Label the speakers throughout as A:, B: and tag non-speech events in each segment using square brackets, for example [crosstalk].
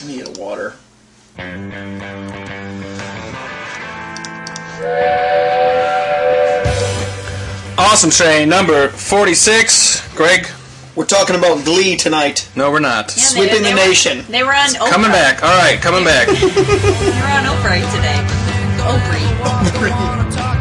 A: I need a water.
B: Awesome Train number 46. Greg?
A: We're talking about Glee tonight.
B: No, we're not.
C: Yeah,
A: Sweeping the
C: were-
A: nation.
C: They were on Oprah.
B: Coming back. All right, coming back.
C: They were on Oprah today. Oprah.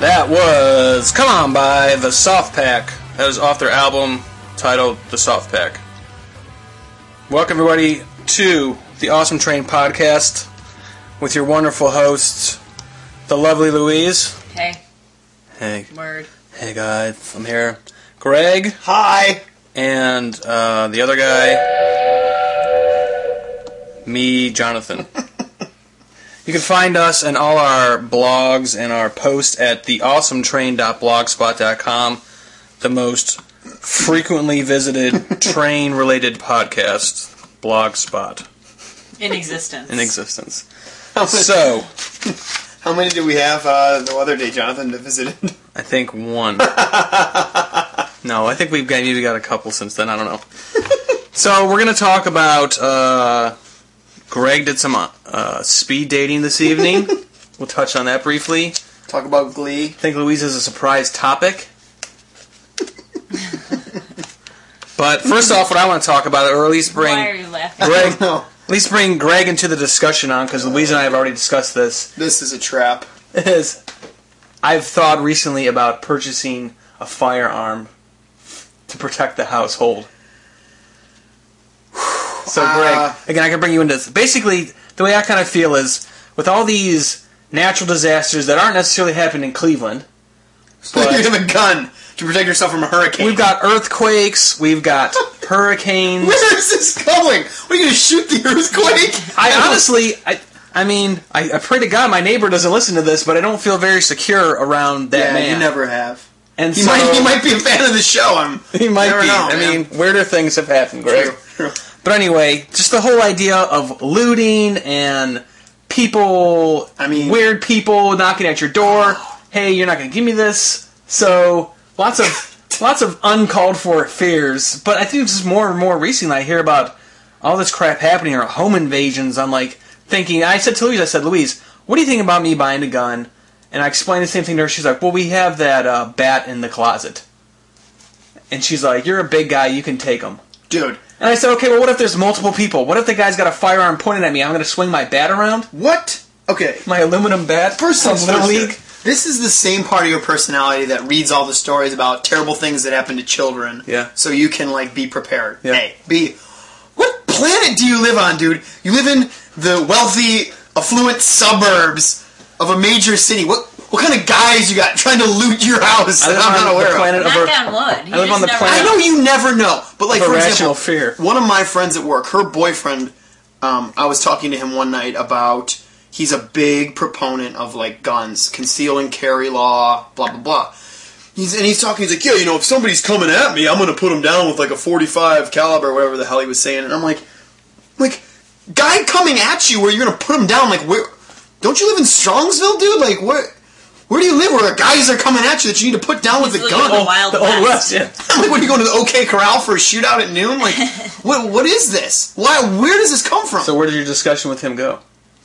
B: That was Come On by The Soft Pack. That was off their album titled The Soft Pack. Welcome, everybody, to the Awesome Train podcast with your wonderful hosts, the lovely Louise.
C: Hey,
B: Hey,
C: word.
B: hey guys, I'm here. Greg
A: Hi.
B: and uh, the other guy, me, Jonathan. you can find us and all our blogs and our posts at theawesometrain.blogspot.com, the most frequently visited train related podcast blog spot
C: In existence.
B: in existence.
A: How many,
B: So,
A: how many did we have uh, the other day, Jonathan, that visited? [laughs]
B: I think one. no, I think we've got, maybe got a couple since then. I don't know. [laughs] so we're gonna talk about. Uh, Greg did some uh, speed dating this evening. we'll touch on that briefly. I
A: Talk about Glee.
B: think Louise has a surprise topic. but first off, what I want to talk about, or at least bring
C: Why are you laughing?
B: Greg, at
A: No,
B: least bring Greg into the discussion on because Louise and I have already discussed this
A: this is a trap. [laughs]
B: is I've thought recently about purchasing a firearm to protect the household. [sighs] So, Greg,
A: Uh,
B: again, I can bring you into this. Basically, the way I kind of feel is with all these natural disasters that aren't necessarily happening in Cleveland, but-
A: you have a gun to protect yourself from a hurricane.
B: we've got earthquakes, we've got
A: [laughs]
B: hurricanes.
A: Where is this going? We're going to shoot the earthquake?
B: I honestly, I, I mean, I, I pray to God my neighbor doesn't listen to this, but I don't feel very secure around that
A: yeah,
B: man.
A: you never have.
B: and
A: He
B: so,
A: might he might be a fan of the show. I'm
B: [laughs] He might
A: never
B: be.
A: know,
B: I
A: man.
B: mean, weirder things have happened, Greg.
A: True.
B: But anyway, just the whole idea of looting and people,
A: I mean- Oh.
B: weird people knocking at your door. hey, you're not going to give me this. So
A: [laughs]
B: lots of lots of uncalled for fears. But I think just more and more recently, I hear about all this crap happening or home invasions. I'm like thinking. I said to Louise, I said, Louise, what do you think about me buying a gun? And I explained the same thing to her. She's like, Well, we have that uh, bat in the closet. And she's like, You're a big guy. You can take him.
A: dude,
B: And I said, okay, well, what if there's multiple people? What if the guy's got a firearm pointed at me? I'm going to swing my bat around?
A: what? Okay,
B: My aluminum bat?
A: First
B: from
A: things
B: Little
A: first,
B: League?
A: This is the same part of your personality that reads all the stories about terrible things that happen to children.
B: Yeah.
A: So you can like be prepared.
B: Yeah.
A: A. B. What planet do you live on, dude? You live in the wealthy, affluent suburbs of a major city. What what kind of guys you got trying to loot your house?
B: I
A: that
B: live
A: I'm not
B: on
A: aware
B: the
A: of.
B: planet of
C: Knock
B: Earth.
C: on wood. You
B: I live on
C: just
B: the
C: never
B: planet.
A: I know you never know, but like
B: Of
A: for
B: irrational
A: example,
B: fear.
A: one of my friends at work, her boyfriend, um, I was talking to him one night about he's a big proponent of like guns, conceal and carry law, blah blah blah. He's and he's talking. He's like, yeah, you know, if somebody's coming at me, I'm gonna put him down with like a 45 caliber, whatever the hell he was saying. And I'm like, like guy coming at you where you're gonna put him down. Like where? Don't you live in Strongsville, dude? Like where? Where do you live? Where guys are coming at you that you need to put down with a
C: He's like, "Oh,
A: gun?
C: The Wild
B: Old West,
C: West.
B: yeah.
A: [laughs] like, what are you going to the OK Corral for a shootout at noon?
C: [laughs]
A: Like, what? What is this? Why? Where does this come from?
B: So where did your discussion with him go?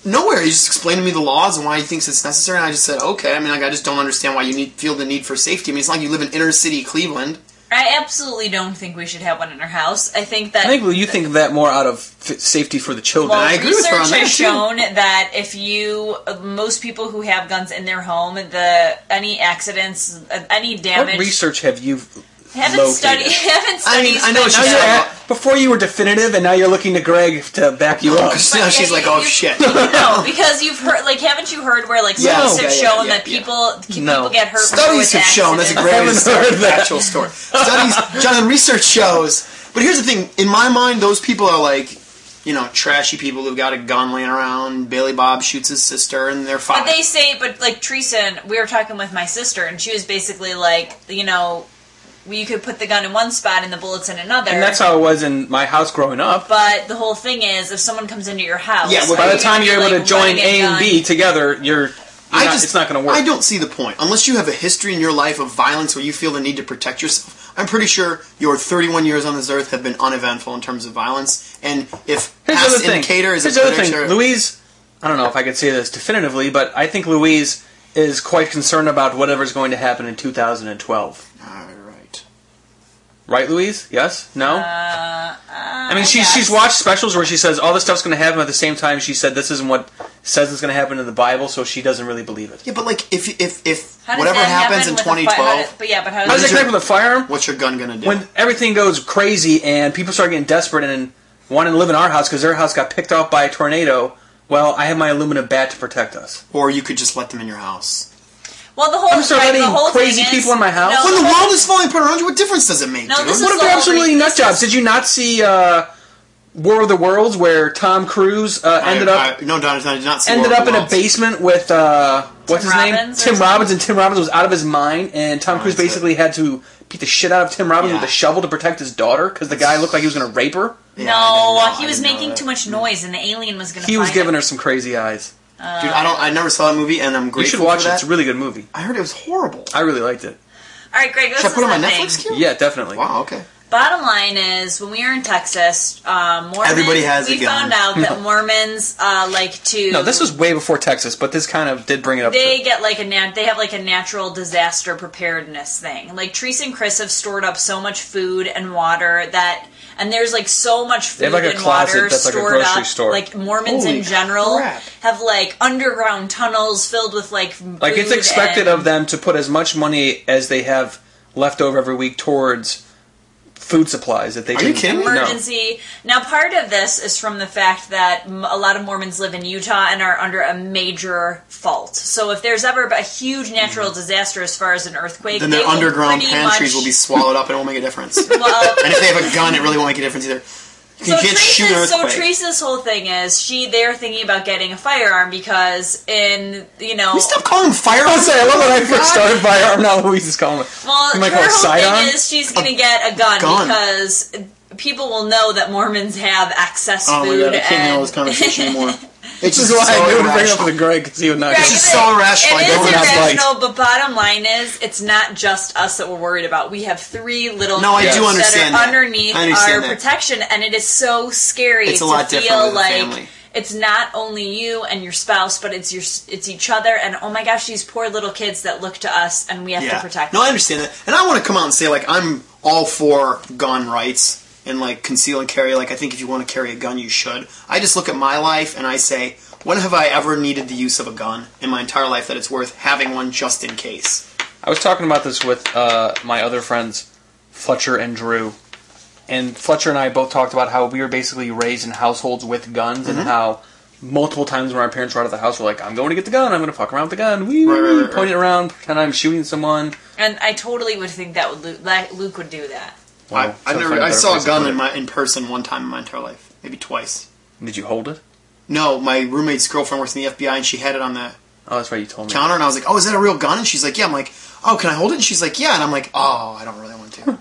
A: nowhere. He just explained to me the laws and why he thinks it's necessary. And I just said, okay. I mean, like, I just don't understand why you need feel the need for safety. I mean, it's not like you live in inner city Cleveland.
C: I absolutely don't think we should have one in our house. I think
B: I
C: that
B: think well, you think of that more out of f- safety for the children.
C: Well,
A: I agree with
C: research
A: her on that,
C: has
A: too.
C: shown that if you, most people who have guns in their home, the any accidents, uh, any
B: what
C: damage,
B: research have you?
C: haven't
B: located?
C: studied. [laughs] Haven't
A: I
C: studied.
A: mean, I know
C: much
A: she's
B: Now
C: about
B: you're
A: Yeah.
B: at- before you were definitive, and now you're looking to Greg to back you up.
A: Because now
C: yeah,
A: she's
C: you-
A: like, oh
C: you- [laughs]
A: shit.
C: No, because you've heard, like, haven't you heard where, like,
A: Yeah.
C: studies have
A: Yeah, yeah,
C: shown
A: yeah,
C: that
A: yeah.
C: people can-
B: No.
C: people get hurt.
A: Studies
C: with
A: have shown that's a
C: accidents.
A: great
B: haven't
A: story,
B: heard that.
A: actual story. Studies, Jonathan, research shows. But here's the thing: in my mind, those people are like, you know, trashy people who've got a gun laying around. Bailey Bob shoots his sister, and they're fine.
C: But they say, but like Treason, we were talking with my sister, and she was basically like, you know, you could put the gun in one spot and the bullets in another.
B: And that's how it was in my house growing up.
C: But the whole thing is, if someone comes into your house,
A: Yeah, well,
B: By the
A: Right.
B: time you're
C: like,
B: able to join
C: running
B: A and
C: gun-
B: B together, you're, you're not, it's not going to work.
A: I don't see the point. Unless you have a history in your life of violence where you feel the need to protect yourself, I'm pretty sure your 31 years on this earth have been uneventful in terms of violence. And if
B: Here's the
A: past
B: other thing.
A: indicator is
B: Here's
A: a
B: the other
A: predictor,
B: thing. Louise, I don't know if I could say this definitively, but I think Louise is quite concerned about whatever's going to happen in 2012.
A: all right.
B: Right, Louise? Yes? No? I mean, she,
C: yes.
B: she's watched specials where she says all this stuff's going to happen at the same time. She said this isn't what says it's going to happen in the Bible, so she doesn't really believe it.
A: Yeah, but like if if if
C: How does
A: whatever
C: that
A: happens
C: happen
A: in
C: with a fi- how
A: 2012,
C: did- but yeah, but how
B: How does
C: does
A: Where's
B: that
C: it?
A: your-
B: connect with a firearm?
A: what's your gun gonna do?
B: When everything goes crazy and people start getting desperate and wanting to live in our house because their house got picked off by a tornado, well, I have my aluminum bat to protect us.
A: or you could just let them in your house.
C: Well, the whole
B: I'm sorry,
C: right,
B: letting
C: the whole
B: crazy
C: thing is-
B: people in my house?
C: No,
A: When the
C: whole-
A: world is falling apart around you, what difference does it make,
C: No,
A: dude?
C: this is
A: What if-
B: What if they're
C: all
B: absolutely
C: re-
B: nut
C: this
B: jobs?
C: is-
B: Did you not see uh, War of the Worlds where Tom Cruise uh,
A: I-
B: ended up
A: I- no, Don, I did not see
B: ended
A: War of
B: up
A: the
B: in a
A: Worlds.
B: basement with uh, what's
C: Tim
B: his name?
C: Robbins or
B: Tim
C: something?
B: Robbins, and Tim Robbins was out of his mind, and Tom Cruise
A: Oh, that's it.
B: basically had to beat the shit out of Tim Robbins
A: Yeah.
B: with a shovel to protect his daughter because the guy looked like he was going to rape her.
A: Yeah, I didn't
C: No,
A: know-
C: he
A: I
C: was
A: didn't know
C: making
A: that.
C: too much noise, and the alien was gonna.
B: He was
C: find him.
B: giving her some crazy eyes.
A: Dude, I don't. I never saw that movie, and I'm
B: You
A: grateful
B: should watch
A: for
B: it.
A: that.
B: It's a really good movie.
A: I heard it was horrible.
B: I really liked it.
C: All right, Greg, this
A: Should I
C: is
A: put it on
C: the
A: my
C: thing.
A: Netflix queue?
B: Yeah, definitely.
A: Wow. Okay.
C: Bottom line is, when we were in Texas, um, Mormons,
A: Everybody has a
C: we
A: gun.
C: found out
A: [laughs]
C: that Mormons uh, like to.
B: No, this was way before Texas, but this kind of did bring it up.
C: They
B: to,
C: get like a nat- they have like a natural disaster preparedness thing. Like Teresa and Chris have stored up so much food and water that and there's like so much food
B: have, like, a
C: and
B: closet
C: water
B: that's like a
C: stored
B: grocery
C: up.
B: store.
C: Like Mormons
A: Holy
C: in general
A: crap.
C: have like underground tunnels filled with like
B: like it's
C: food
B: expected
C: and-
B: of them to put as much money as they have left over every week towards food supplies that they
A: Are
B: can
A: you kidding me?
B: No. [laughs]
C: emergency. Now, part of this is from the fact that m- a lot of Mormons live in Utah and are under a major fault. So, if there's ever a huge natural disaster as far as an earthquake,
A: Mm-hmm. Then their
C: they will
A: underground
C: pretty
A: pantries
C: much-
A: will be swallowed up and it won't make a difference. [laughs] and
C: [laughs] Well,
A: if they have a
C: [laughs]
A: gun, it really won't make a difference either. You
C: so
A: can't shoot an
C: Teresa's, so
A: earthquake.
C: Teresa's whole thing is she they're thinking about getting a firearm because in you know
A: Can we stop calling
C: [laughs]
B: I'll
A: firearms.
B: say, I love when I first started firearm. Now Louise is calling it.
C: Oh Well,
B: You
C: her
B: might call it
C: whole
B: sidearm?
C: thing is she's going to get a gun,
A: Gun.
C: because people will know that Mormons have excess
A: Oh my
C: food.
A: god, I can't handle this
C: and
A: conversation anymore.
C: [laughs]
A: It's
B: This
A: just
B: is why
A: so
B: I knew to bring it up
A: irrational.
B: with Greg because he would not.
C: Greg,
A: This is
C: it-
A: so irrational. I
C: It
A: don't
C: is
A: want to
B: have
C: irrational, but bottom line is, it's not just us that we're worried about. We have three little
A: No, I
C: kids
A: do understand
C: that
A: that.
C: are underneath
A: I understand
C: our
A: that.
C: protection, and it is so scary
A: It's a
C: to
A: lot different
C: feel
A: with a
C: like
A: family.
C: it's not only you and your spouse, but it's your it's each other. And oh my gosh, these poor little kids that look to us, and we have to
A: Yeah.
C: protect.
A: No, I
C: them.
A: understand that. And I want to come out and say, like, I'm all for gun rights and, like, conceal and carry. Like, I think if you want to carry a gun, you should. I just look at my life and I say, when have I ever needed the use of a gun in my entire life that it's worth having one just in case?
B: I was talking about this with uh, my other friends, Fletcher and Drew. And Fletcher and I both talked about how we were basically raised in households with guns
A: Mm-hmm.
B: and how multiple times when our parents were out of the house, we're like, I'm going to get the gun, I'm going to fuck around with the gun. We
A: Right, right, right,
B: point it around, pretend I'm shooting someone.
C: And I totally would think that would Luke, that Luke would do that.
A: I,
B: Well,
A: I,
B: so
A: never,
B: find a
A: I
B: better
A: saw
B: place
A: a
B: to
A: gun
B: put
A: in
B: it.
A: my in person one time in my entire life, maybe twice.
B: Did you hold it?
A: No, my roommate's girlfriend works in the FBI, and she had it on the
B: Oh, that's right, you told me.
A: counter, and I was like, "Oh, is that a real gun?" And she's like, "Yeah." I'm like, "Oh, can I hold it?" And she's like, "Yeah." And I'm like, "Oh, I don't really want to."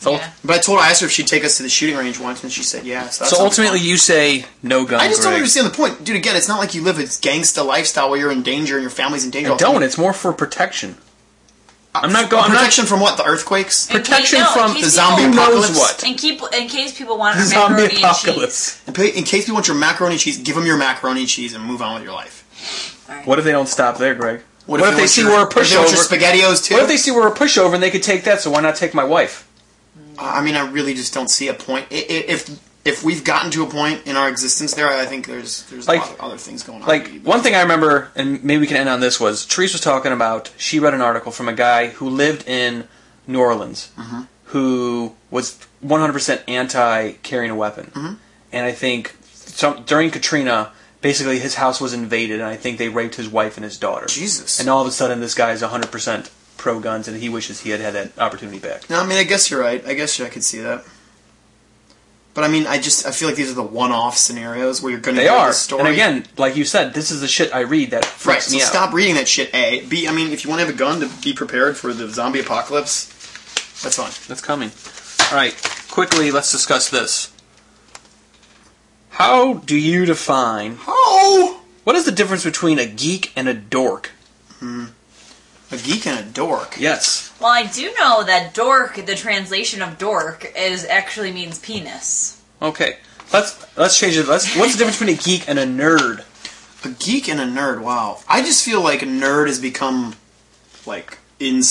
B: So,
C: Yeah.
A: But I told her, I asked her if she'd take us to the shooting range once, and she said yes. That
B: so
A: sounds
B: ultimately,
A: fun.
B: you say no guns.
A: I just don't
B: Greg.
A: understand the point, dude. Again, it's not like you live a gangsta lifestyle where you're in danger and your family's in danger.
B: I
A: all the
B: don't.
A: time.
B: It's more for protection. I'm not
A: Well,
B: going. I'm not.
A: protection from what? The earthquakes?
C: And
B: Protection
C: no, in
B: from
C: case
A: the zombie
B: Who
C: people-
B: knows
A: apocalypse.
B: [laughs] what?
C: And keep in case people
B: [laughs]
C: want
B: Zombie
C: macaroni and cheese.
B: apocalypse.
A: In pa- in case you want your macaroni and cheese, give them your macaroni and cheese and move on with your life.
B: What if they don't stop there, Greg? What, if, they
A: want
B: see
A: your-
B: we're a
A: what if they want your
B: pushover?
A: SpaghettiOs too?
B: What if they see we're a pushover and they could take that? So why not take my wife?
A: I mean, I really just don't see a point. I- I- If if we've gotten to a point in our existence there, I think there's there's
B: Like-
A: a lot of other things going on.
B: Like one thing I remember, and maybe we can end on this was Therese was talking about. She read an article from a guy who lived in New Orleans,
A: Mm-hmm.
B: who was 100% anti carrying a weapon,
A: Mm-hmm.
B: and I think some, during Katrina, basically his house was invaded, and I think they raped his wife and his daughter.
A: Jesus.
B: And all of a sudden, this guy is 100% pro guns, and he wishes he had had that opportunity back.
A: No, I mean, I guess you're right. I guess I could see that. But I mean, I just I feel like these are the one-off scenarios where you're going to
B: They
A: hear
B: are,
A: this story.
B: and again, like you said, this is the shit I read that
A: Right,
B: freaks
A: so
B: me out.
A: stop reading that shit. A, B. I mean, if you want to have a gun to be prepared for the zombie apocalypse, that's fine.
B: That's coming. All right, quickly, let's discuss this. How do you define
A: Oh,
B: what is the difference between a geek and a dork?
A: a geek and a dork.
B: Yes,
C: Well, I do know that dork, the translation of dork, is actually means penis.
B: okay. Let's let's change it. Let's, what's the difference between a geek and a nerd?
A: A geek and a nerd. Wow, I just feel like a nerd has become like in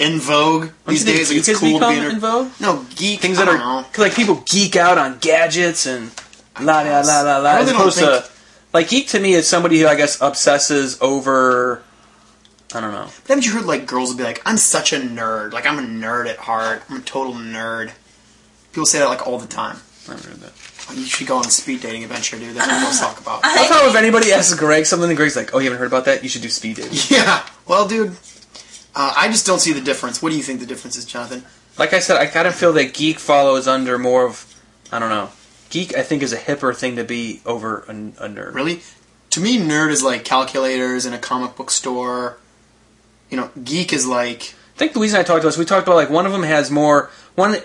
A: in vogue
B: Don't
A: [laughs] these
B: you think
A: days. Like
B: geek
A: it's
B: has
A: cool to be a
B: become
A: nerd.
B: in vogue?
A: No, geek
B: Things that
A: I
B: are
A: don't know.
B: cause like people geek out on gadgets and la la la la la.
A: I
B: As
A: really don't
B: opposed
A: think-
B: to like geek to me is somebody who I guess obsesses over. I don't know.
A: Haven't you heard like girls would be like, "I'm such a nerd. Like I'm a nerd at heart. I'm a total nerd." People say that like all the time.
B: I haven't heard that.
A: Like, you should go on a speed dating adventure, dude. That's what girls talk about.
B: [laughs] I thought if anybody asks Greg something, and Greg's like, "Oh, you haven't heard about that? You should do speed dating."
A: Yeah. Well, dude, uh, I just don't see the difference. What do you think the difference is, Jonathan?
B: Like I said, I kind of feel that geek follows under more of, I don't know, geek. I think is a hipper thing to be over a, a nerd.
A: Really? To me, nerd is like calculators in a comic book store. You know, geek is like
B: I think Louise and I talked about this. We talked about like one of them has more, one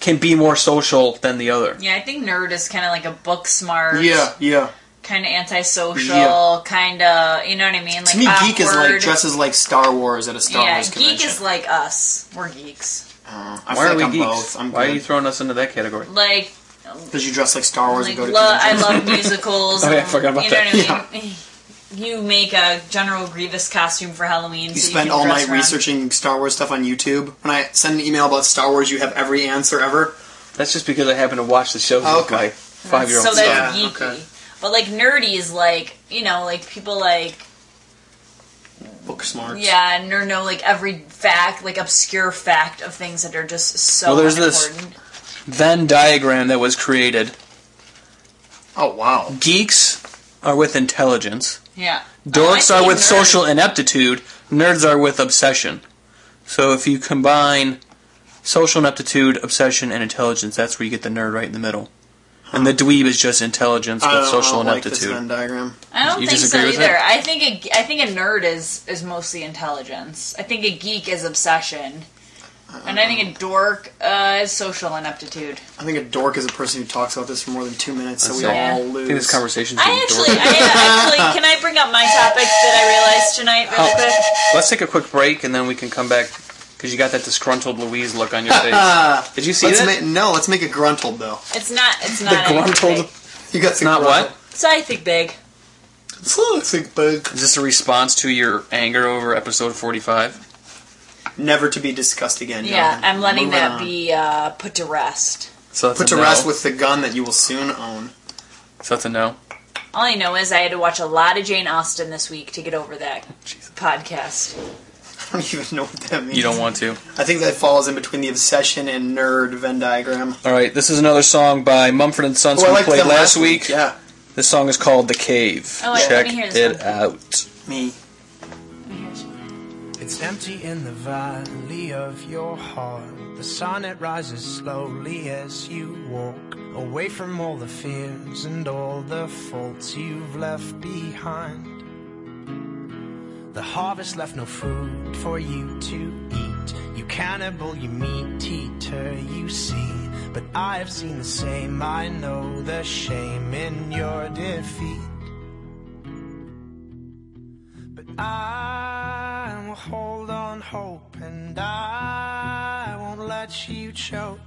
B: can be more social than the other.
C: Yeah, I think nerd is kind of like a book smart,
A: yeah, yeah.
C: kind of antisocial,
A: Yeah.
C: kind of you know what I mean. Like
A: To me, geek is like
C: awkward.
A: dresses like Star Wars at a Star
C: yeah,
A: Wars
C: geek
A: convention.
C: is like us. We're geeks.
A: Uh, I
B: Why
A: feel
B: are
A: like
B: we
A: I'm
B: geeks?
A: both. I'm
B: Why are you
A: good.
B: throwing us into that category?
C: Like,
A: Because you dress like Star Wars
C: like
A: and go to
C: lo- I
A: conventions. [laughs]
C: love musicals.
B: Oh, yeah, I
C: and-
B: forgot about
C: you know
B: that.
C: What I mean? You make a General Grievous costume for Halloween.
A: You
C: so
A: spend
C: can
A: all
C: dress
A: night
C: around.
A: researching Star Wars stuff on YouTube. When I send an email about Star Wars, you have every answer ever.
B: That's just because I happen to watch the shows with
A: Okay.
B: my five-year-old.
C: So
B: son.
C: that's
A: Yeah,
C: geeky.
A: okay.
C: But like nerdy is like you know like people like
A: Book smarts.
C: yeah and nerd know like every fact like obscure fact of things that are just so
B: Well, there's this-
C: unimportant.
B: Venn diagram that was created.
A: Oh wow.
B: Geeks are with intelligence.
C: Yeah.
B: Dorks
C: I
B: are
C: see
B: with
C: nerd.
B: social ineptitude. Nerds are with obsession. So if you combine social ineptitude, obsession, and intelligence, that's where you get the nerd right in the middle. And the dweeb is just intelligence
A: I
B: with
A: don't,
B: social
A: I don't like this Venn
B: ineptitude.
A: diagram.
C: I don't
B: You
C: think so
B: disagree with
C: either.
B: that?
C: I think a, I think a nerd is is mostly intelligence. I think a geek is obsession. And I think a dork uh, is social ineptitude.
A: I think a dork is a person who talks about this for more than two minutes, so we
B: That's
C: it.
A: all
B: I
C: Yeah.
A: lose.
B: think this conversation's
C: I
B: being
C: actually,
B: dork.
C: I [laughs] actually, can I bring up my topics that I realized tonight real
B: Oh.
C: quick?
B: Let's take a quick break and then we can come back because you got that disgruntled Louise look
C: [laughs]
B: on your face. Did you see
A: let's
B: that?
A: ma- no, let's make a gruntled though.
C: It's not. It's not.
B: The
C: I think
B: gruntled-
C: big.
A: You got
B: Not what?
C: So I think big.
B: Is this a response to your anger over episode 45?
A: Never to be discussed again.
C: Yeah,
A: Jonathan.
C: I'm letting
A: Moving
C: that
A: on.
C: be uh, put to rest.
B: So that's
A: Put
B: a
A: to
B: no.
A: rest with the gun that you will soon own. [laughs]
B: So that's a no.
C: All I know is I had to watch a lot of Jane Austen this week to get over that podcast.
A: I don't even know what that means.
B: You don't want to.
A: I think that falls in between the obsession and nerd Venn diagram. Oh,
B: All right, this is another song by Mumford and Sons
A: I
B: we
A: liked
B: played
A: them
B: last week.
A: Yeah,
B: This song is called "The Cave."
C: Oh, wait, let
B: Check
C: me hear this
B: it
C: one.
B: out.
A: me.
D: It's empty in the valley of your heart. The sun it rises slowly as you walk away from all the fears and all the faults you've left behind. The harvest left no food for you to eat. You cannibal, you meat eater, you see. But I have seen the same, I know the shame in your defeat. But I will hold on hope and I won't let you choke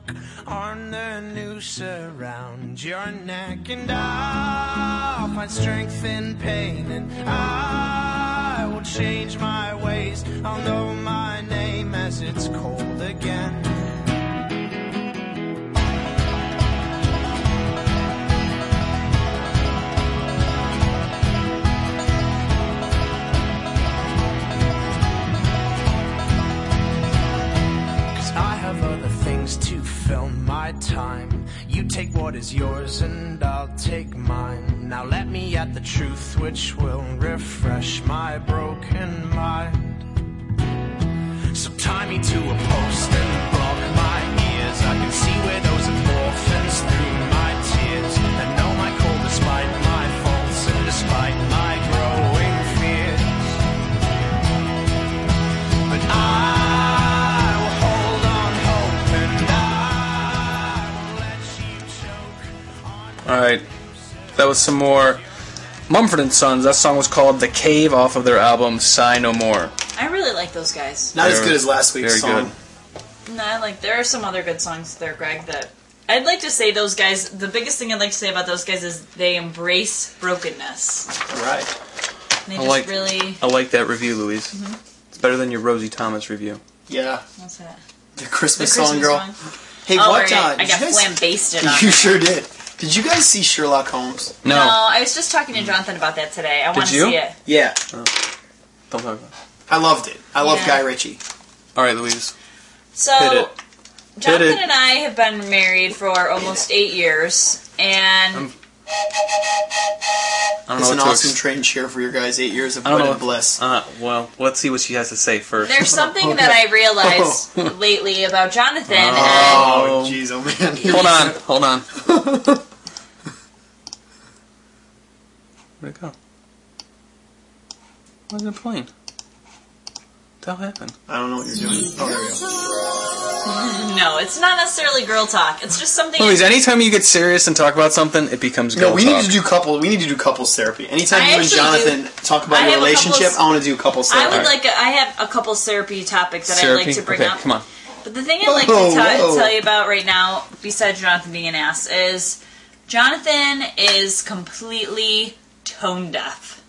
D: on the noose around your neck. And I'll find strength in pain and I will change my ways. I'll know my name as it's cold again. Cause I have other things to fill my time. You take what is yours and I'll take mine. Now let me at the truth which will refresh my broken mind. So tie me to a post and block my ears. I can see where those endorphins through my tears. And know my call despite my faults and despite my growing fears. But I will hold on hope and I will let you choke on
B: All right, that was some more Mumford and Sons. That song was called "The Cave" off of their album "Sigh No More."
C: I really like those guys.
A: Not as
B: Very-
A: good as last week's
B: very
A: song.
B: good.
C: No, I like there are some other good songs there, Greg. That I'd like to say those guys. The biggest thing I'd like to say about those guys is they embrace brokenness.
A: Right.
C: They
B: I
C: just
B: like-
C: really.
B: I like that review, Louise.
C: Mm-hmm.
B: It's better than your Rosie Thomas review.
A: Yeah.
C: What's that?
A: The
C: The
A: Christmas,
C: Christmas
A: song, girl.
C: one.
A: Hey,
C: Oh,
A: what?
C: right.
A: Uh,
C: I
A: did
C: got
A: you guys-
C: flambasted on.
A: [laughs] You
C: it.
A: sure did. Did you guys see Sherlock Holmes?
B: No,
C: No. I was just talking to Jonathan about that today. I want to
B: you?
C: see it.
A: Yeah.
B: don't talk about. it.
A: I loved it. I love
C: Yeah.
A: Guy Ritchie.
B: All right, Louise. Hit
C: So
B: it. Hit
C: Jonathan
B: it.
C: and I have been married for almost eight years, and
B: I'm- I don't
A: It's
B: know
A: an
B: what to
A: awesome
B: ex-
A: train cheer for your guys. Eight years of
B: I don't know
A: wedded
B: what-
A: bliss.
B: Uh, well, let's see what she has to say first.
C: there's something that I realized
B: [laughs]
C: lately about Jonathan, and
A: oh,
B: Oh.
A: jeez, oh man.
B: [laughs]
A: [laughs]
B: Hold on, hold on.
C: [laughs]
B: Where'd it go? Where's it playing? What happened?
A: I don't know what you're doing. Oh, there we go.
C: no, it's not necessarily girl talk. It's just something.
B: Louise, anytime you get serious and talk about something, it becomes girl
A: No, we
B: talk.
A: need to do couple. We need to do couples therapy. Anytime
C: I
A: you and
C: actually
A: Jonathan talk
C: I
A: about your
C: have a
A: relationship,
C: couples-
A: I want to do couples
C: I
A: therapy.
C: would
B: Alright.
C: like. A, I have a couple therapy topics that I'd
B: Therapy?
C: like to bring
B: okay,
C: up.
B: come on.
C: But the thing I'd like to
A: Whoa,
C: tell,
A: whoa.
C: tell you about right now, besides Jonathan being an ass, is Jonathan is completely
B: [laughs]
C: tone deaf.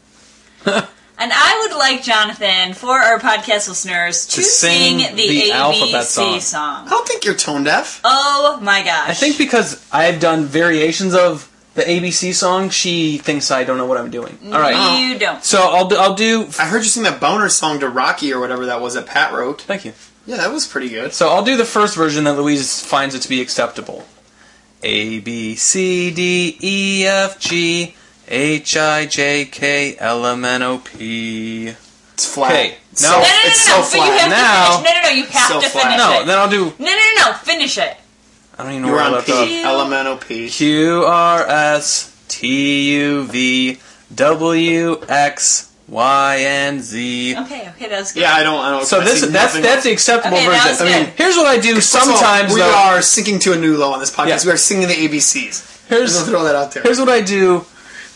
C: and I would like Jonathan, for our podcast listeners, to,
B: sing
C: sing the,
B: the alphabet
C: ABC
B: song.
A: I
C: song.
A: don't think you're tone deaf.
C: Oh my gosh.
B: I think because I've done variations of the ABC song, she thinks I don't know what I'm doing.
C: Mm-hmm.
B: All right.
C: You don't.
B: So I'll do, I'll do.
A: I heard you sing that boner song to Rocky or whatever that was that Pat wrote.
B: Thank you.
A: Yeah, that was pretty good.
B: So I'll do the first version that Louise finds it to be acceptable. A B C D E F G H I J K L M N O P.
A: It's flat.
B: Okay,
A: It's so-
B: now-
C: No, no, no, no,
A: it's
C: no.
A: so
C: but you
A: flat.
C: have
B: Now-
C: to finish. No, no, no. You have
A: So
C: to
A: flat.
C: finish
B: No,
C: it.
B: then I'll do.
C: No, no, no, no. Finish it.
B: I don't even know
A: You're
B: where I
A: on
B: left
A: P.
B: off.
A: LMNOP.
B: Q R S T U V W X Y and Z.
C: Okay, okay, that was good.
A: Yeah, I don't. I don't.
B: So
A: I
B: this
A: see
B: that's
A: nothing-
B: that's the acceptable
C: Okay, that was
B: version. I mean,
C: good.
B: here's what I do
A: First of all,
B: sometimes
A: we
B: though.
A: are sinking to a new low on this podcast.
B: Yeah.
A: We are singing the ABCs.
B: here's
A: Just gonna throw that out there.
B: Here's what I do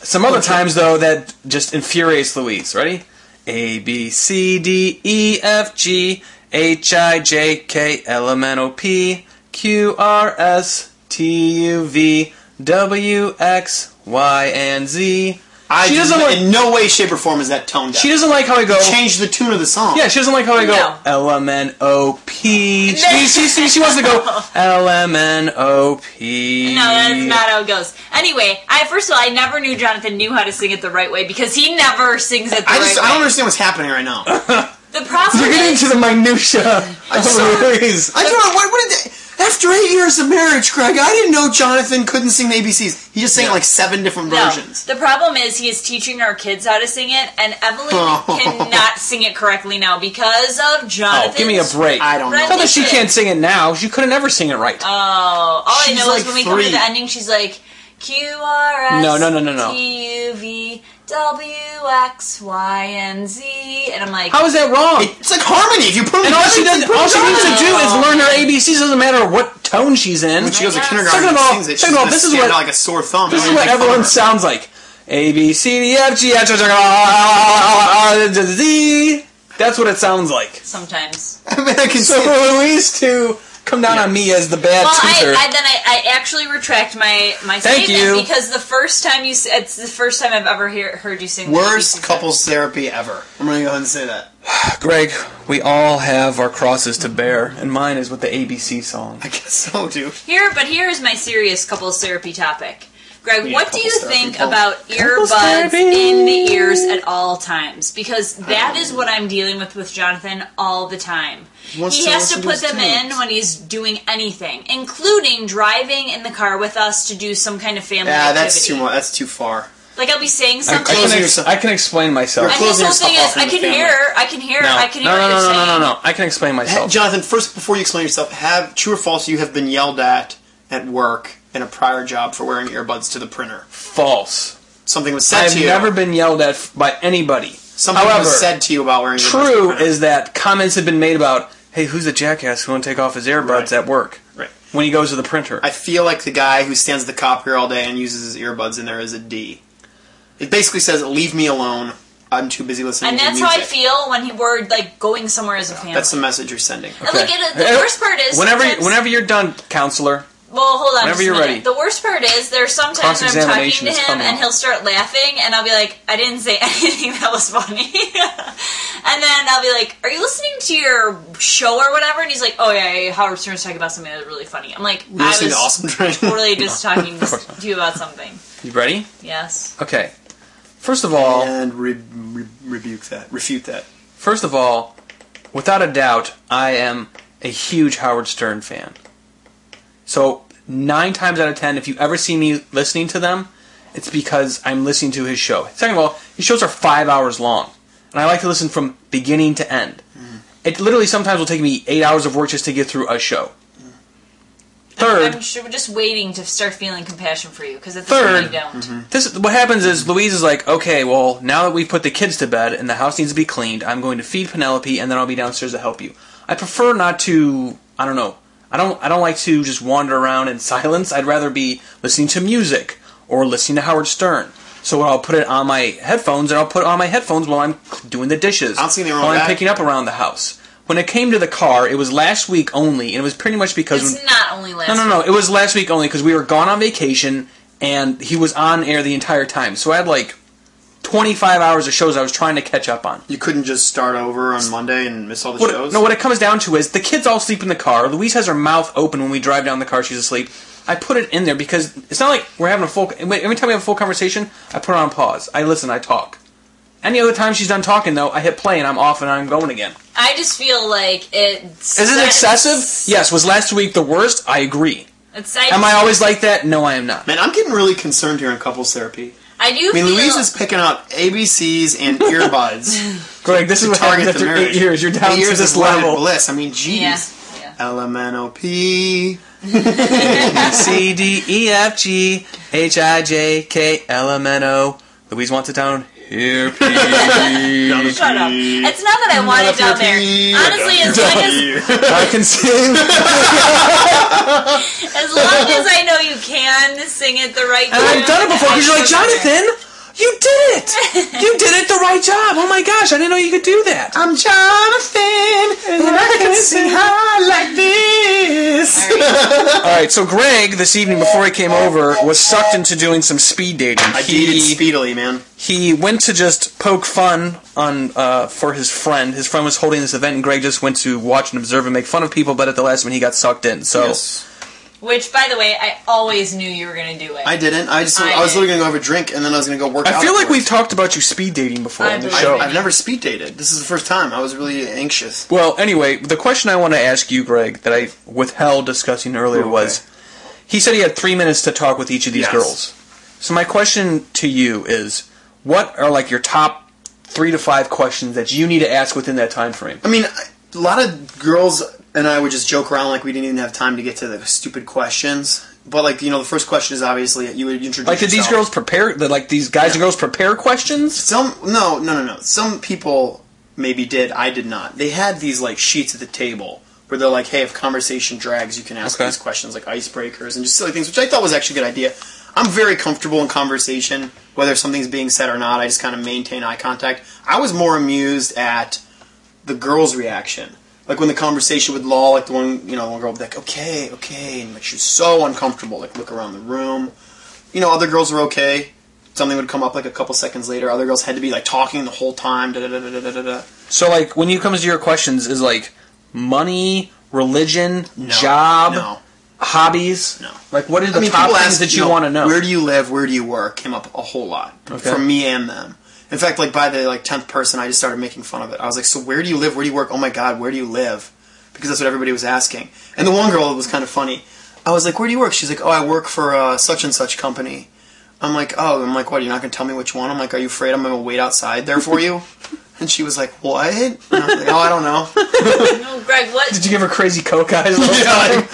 B: some other times though that just infuriates Louise. Ready? A B C D E F G H I J K L M N O P Q R S T U V W X Y and Z.
A: I
B: She
A: do
B: doesn't
A: not-
B: like-
A: in no way, shape, or form is that tone deaf.
B: She doesn't like how I go.
A: change the tune of the song.
B: Yeah, she doesn't like how I
C: No.
B: go L M N O P. She she she she wants
A: [laughs]
B: to go L M N O P.
C: No, that's not how it goes. Anyway, I first of all, I never knew Jonathan knew how to sing it the right way because he never sings it the
A: I
C: right
A: just
C: way.
A: I don't understand what's happening right
B: [laughs]
A: now.
C: the problem
B: You're getting
C: is,
B: into
A: [laughs]
B: the [laughs] minutia of
A: sorry.
B: Louise.
A: I don't know what, what did they, after eight years of marriage, Greg. I didn't know Jonathan couldn't sing the ABCs. He just sang like seven different
C: no,
A: versions.
C: the problem is he is teaching our kids how to sing it, and Evelyn
A: [laughs]
C: cannot sing it correctly now because of Jonathan.
B: Oh, give me a break.
A: I don't know. Uh,
B: Not that she can't sing it now. She could have never sing it right.
C: Oh, all I
A: She's
C: know
A: like
C: is when we come to
A: three.
C: the ending, she's like Q R S
B: No, no, no, no, no.
C: T U V W X Y and Z, and I'm like,
B: How is that wrong?
A: It's like harmony. If you put them
B: and all she
A: together,
B: does,
A: it's
B: all she needs to
C: on.
B: do is learn her ABCs. Doesn't matter what tone she's in.
A: When she goes to
C: Yes.
A: kindergarten,
B: Second of
A: and
B: all-
A: sings it, she's
B: second of all,
A: gonna
B: this is
A: stand
B: what-
A: out like a sore thumb.
B: This
A: I
B: is
A: mean,
B: what
A: make fun of
B: everyone
A: her.
B: sounds like. A B C D E, F G H I J K L M N O P Q R S T U V W X Y Z. That's what it sounds like.
C: sometimes.
A: I mean, [laughs] I can
B: So
A: see
B: for [laughs] Louise to come down on me as the bad
C: Well,
B: teacher.
C: I, I then I, I actually retract my my
B: Thank
C: statement
B: you.
C: because the first time you, s- it's the first time I've ever hear, heard you sing. the
A: worst
C: ABC.
A: couples therapy ever. I'm gonna go ahead and say that. [laughs]
B: Greg, we all have our crosses to bear, and mine is with the ABC song.
A: I guess so, dude.
C: Here, but here is my serious couples therapy topic. Greg,
A: Yeah,
C: what do you
A: couples therapy,
C: think
A: Oh, couples-
C: about
B: couples
C: earbuds
B: therapy.
C: in the ears at all times? Because that
A: Um,
C: is what I'm dealing with with Jonathan all the time. He,
A: wants to
C: has to
A: listen to
C: put
A: his
C: them
A: tunes.
C: in when he's doing anything, including driving in the car with us to do some kind of family
A: Yeah,
C: activity.
A: Ah, that's too much. That's too far.
C: Like I'll be
B: I
C: saying something.
A: closing
B: can, ex-
A: yourself-
B: I can explain myself.
A: You're
C: and his
A: closing
C: whole thing
A: yourself
C: is,
A: off from
C: I
A: the
C: can
A: family.
C: hear, I can hear,
B: No,
C: I can
B: no,
C: hear
B: no, no,
C: what you're
B: no, no, no,
C: saying.
B: no. I can explain
A: Hey,
B: myself.
A: Jonathan, first before you explain yourself, have true or false you have been yelled at at work in a prior job for wearing earbuds to the printer.
B: False.
A: Something was said
B: I've
A: to you.
B: never been yelled at f- by anybody.
A: Something
B: However,
A: was said to you about wearing earbuds to the
B: true
A: printer.
B: is that comments have been made about, hey, who's the jackass who won't take off his earbuds
A: Right.
B: at work
A: right.
B: when he goes to the printer?
A: I feel like the guy who stands at the copier all day and uses his earbuds in there is a D. It basically says, "Leave me alone. I'm too busy listening."
C: And
A: to
C: that's how
A: music.
C: I feel when he, we're like going somewhere as a family.
A: That's the message you're sending.
C: And like it, the
B: Hey,
C: worst part is
B: whenever
C: sometimes-
B: whenever you're done, counselor.
C: Well, hold on.
B: Whenever
C: just a
B: you're
C: minute.
B: ready.
C: The worst part is there's sometimes when I'm talking
B: Cross-examination
C: to
B: is
C: him
B: coming
C: and
B: up.
C: he'll start laughing, and I'll be like, "I didn't say [laughs] anything that was funny," [laughs] and then I'll be like, "Are you listening to your show or whatever?" And he's like, "Oh yeah, yeah, yeah, Howard Stern's talking about something that was really funny." I'm like,
A: You're
C: "I
A: listening
C: was
A: to
B: [laughs]
A: Awesome Train.
C: totally just talking to you about something."
B: You ready?
C: Yes.
B: Okay. First of
A: [laughs]
B: all,
A: and re- re- rebuke that, refute that.
B: first of all, without a doubt, I am a huge Howard Stern fan. So nine times out of ten, if you ever see me listening to them, it's because I'm listening to his show. Second of all, his shows are five hours long, and I like to listen from beginning to end. It literally sometimes will take me eight hours of work just to get through a show. Third,
C: I'm sure we're just waiting to start feeling compassion for you because at this
B: Third.
C: point you don't.
B: this what happens is Louise is like, okay, well, now that we've put the kids to bed and the house needs to be cleaned, I'm going to feed Penelope and then I'll be downstairs to help you. I prefer not to. I don't know. I don't. I don't like to just wander around in [laughs] silence. I'd rather be listening to music or listening to Howard Stern. So I'll put it on my headphones and I'll put it on my headphones while I'm doing the dishes.
A: I'll see the wrong
B: while I'm
A: guy.
B: picking up around the house. When it came to the car, it was last week only, and it was pretty much because when-
C: It's not only last.
B: Mm-hmm. no, no,
C: week.
B: no. It was last week only because we were gone on vacation and he was on air the entire time. So I had like 25 hours of shows I was trying to catch up on.
A: You couldn't just start over on Monday and miss all the
B: What-
A: shows.
B: no, what it comes down to is the kids all sleep in the car. Louise has her mouth open when we drive down the car; she's asleep. I put it in there because it's not like we're having a full. Every time we have a full conversation, I put it on pause. I listen. I talk. Any other time she's done talking, though, I hit play and I'm off and I'm going again.
C: I just feel like it's.
B: Is it excessive? Yes. Was last week the worst? I agree.
C: It's,
B: Am I always like that? No, I am not.
A: Man, I'm getting really concerned here in couples therapy.
C: I do.
A: I mean,
C: feel,
A: Louise is picking up ABCs and
C: [laughs]
A: earbuds
B: Greg, this is
A: to
B: what
A: target
B: happens
A: the
B: after
A: marriage.
B: eight years. You're down
A: Eight years
B: to this
A: of wedded
B: level.
A: bliss. I mean, jeez.
C: Yeah. yeah.
A: L M N O P.
B: [laughs] C D E F G H I J K L M N O. Louise wants it down here. please.
C: Shut up.
A: Mm.
C: It's not that I want it down there. Honestly,
A: [laughs]
C: as long as,
B: I can sing.
C: as long as I know you can sing it the right
B: And I've done it before because you're like, Jonathan, you did it. You did it the right job. Oh my gosh, I didn't know you could do that.
A: I'm Jonathan, and I can sing high like this.
B: All right, so Greg, this evening before he came over, was sucked into doing some speed dating.
A: I
B: He-
A: dated speedily, man.
B: he went to just poke fun on uh, for his friend. His friend was holding this event, and Greg just went to watch and observe and make fun of people. But at the last minute, he got sucked in. So
C: Which, by the way, I always knew you were going to do it.
A: I didn't. I just
C: I
A: I, was
C: did.
A: literally gonna go have a drink and then I was gonna go work.
B: I
A: out
B: feel like we've
A: afterwards.
B: talked about you speed dating before
C: I
B: on the
C: believe
B: show.
C: it.
A: I've never speed dated. This is the first time. I was really anxious.
B: Well, anyway, the question I want to ask you, Greg, that I withheld discussing earlier
A: Ooh, okay.
B: was he said he had three minutes to talk with each of these
A: Yes.
B: girls. So, my question to you is what are like your top three to five questions that you need to ask within that time frame?
A: I mean, I- a lot of girls and I would just joke around like we didn't even have time to get to the stupid questions. But like you know, the first question is obviously you would introduce.
B: Like, did these
A: yourself.
B: girls prepare? Did, like these guys and girls prepare questions?
A: Some no, no, no, no. Some people maybe did. I did not. They had these like sheets at the table where they're like, "Hey, if conversation drags, you can ask
B: Okay.
A: these questions like icebreakers and just silly things," which I thought was actually a good idea. I'm very comfortable in conversation, whether something's being said or not. I just kind of maintain eye contact. I was more amused at the girl's reaction. Like when the conversation with Law, like the one, you know, one girl would be like, okay, okay, and like she was so uncomfortable, like look around the room. You know, other girls were okay. Something would come up like a couple seconds later. Other girls had to be like talking the whole time. Da da da da da da da.
B: So, like, when you comes to your questions, is like money, religion,
A: No,
B: job,
A: No.
B: hobbies?
A: No.
B: Like, what are the top things that you, want to know?
A: Where do you live? Where do you work? Came up a whole lot
B: Okay.
A: from me and them. In fact, like by the like tenth person, I just started making fun of it. I was like, "So where do you live? Where do you work? Oh my god, where do you live?" Because that's what everybody was asking. And the one girl was kind of funny. I was like, "Where do you work?" She's like, "Oh, I work for uh, such and such company." I'm like, "Oh," I'm like, "What? You're not gonna tell me which one?" I'm like, "Are you afraid I'm gonna wait outside there for you?" [laughs] and she was like, "What?" And I was like, "Oh, I don't know."
C: No, Greg, what?
B: Did you give her crazy coke
A: [laughs]
B: eyes?
A: Yeah, I-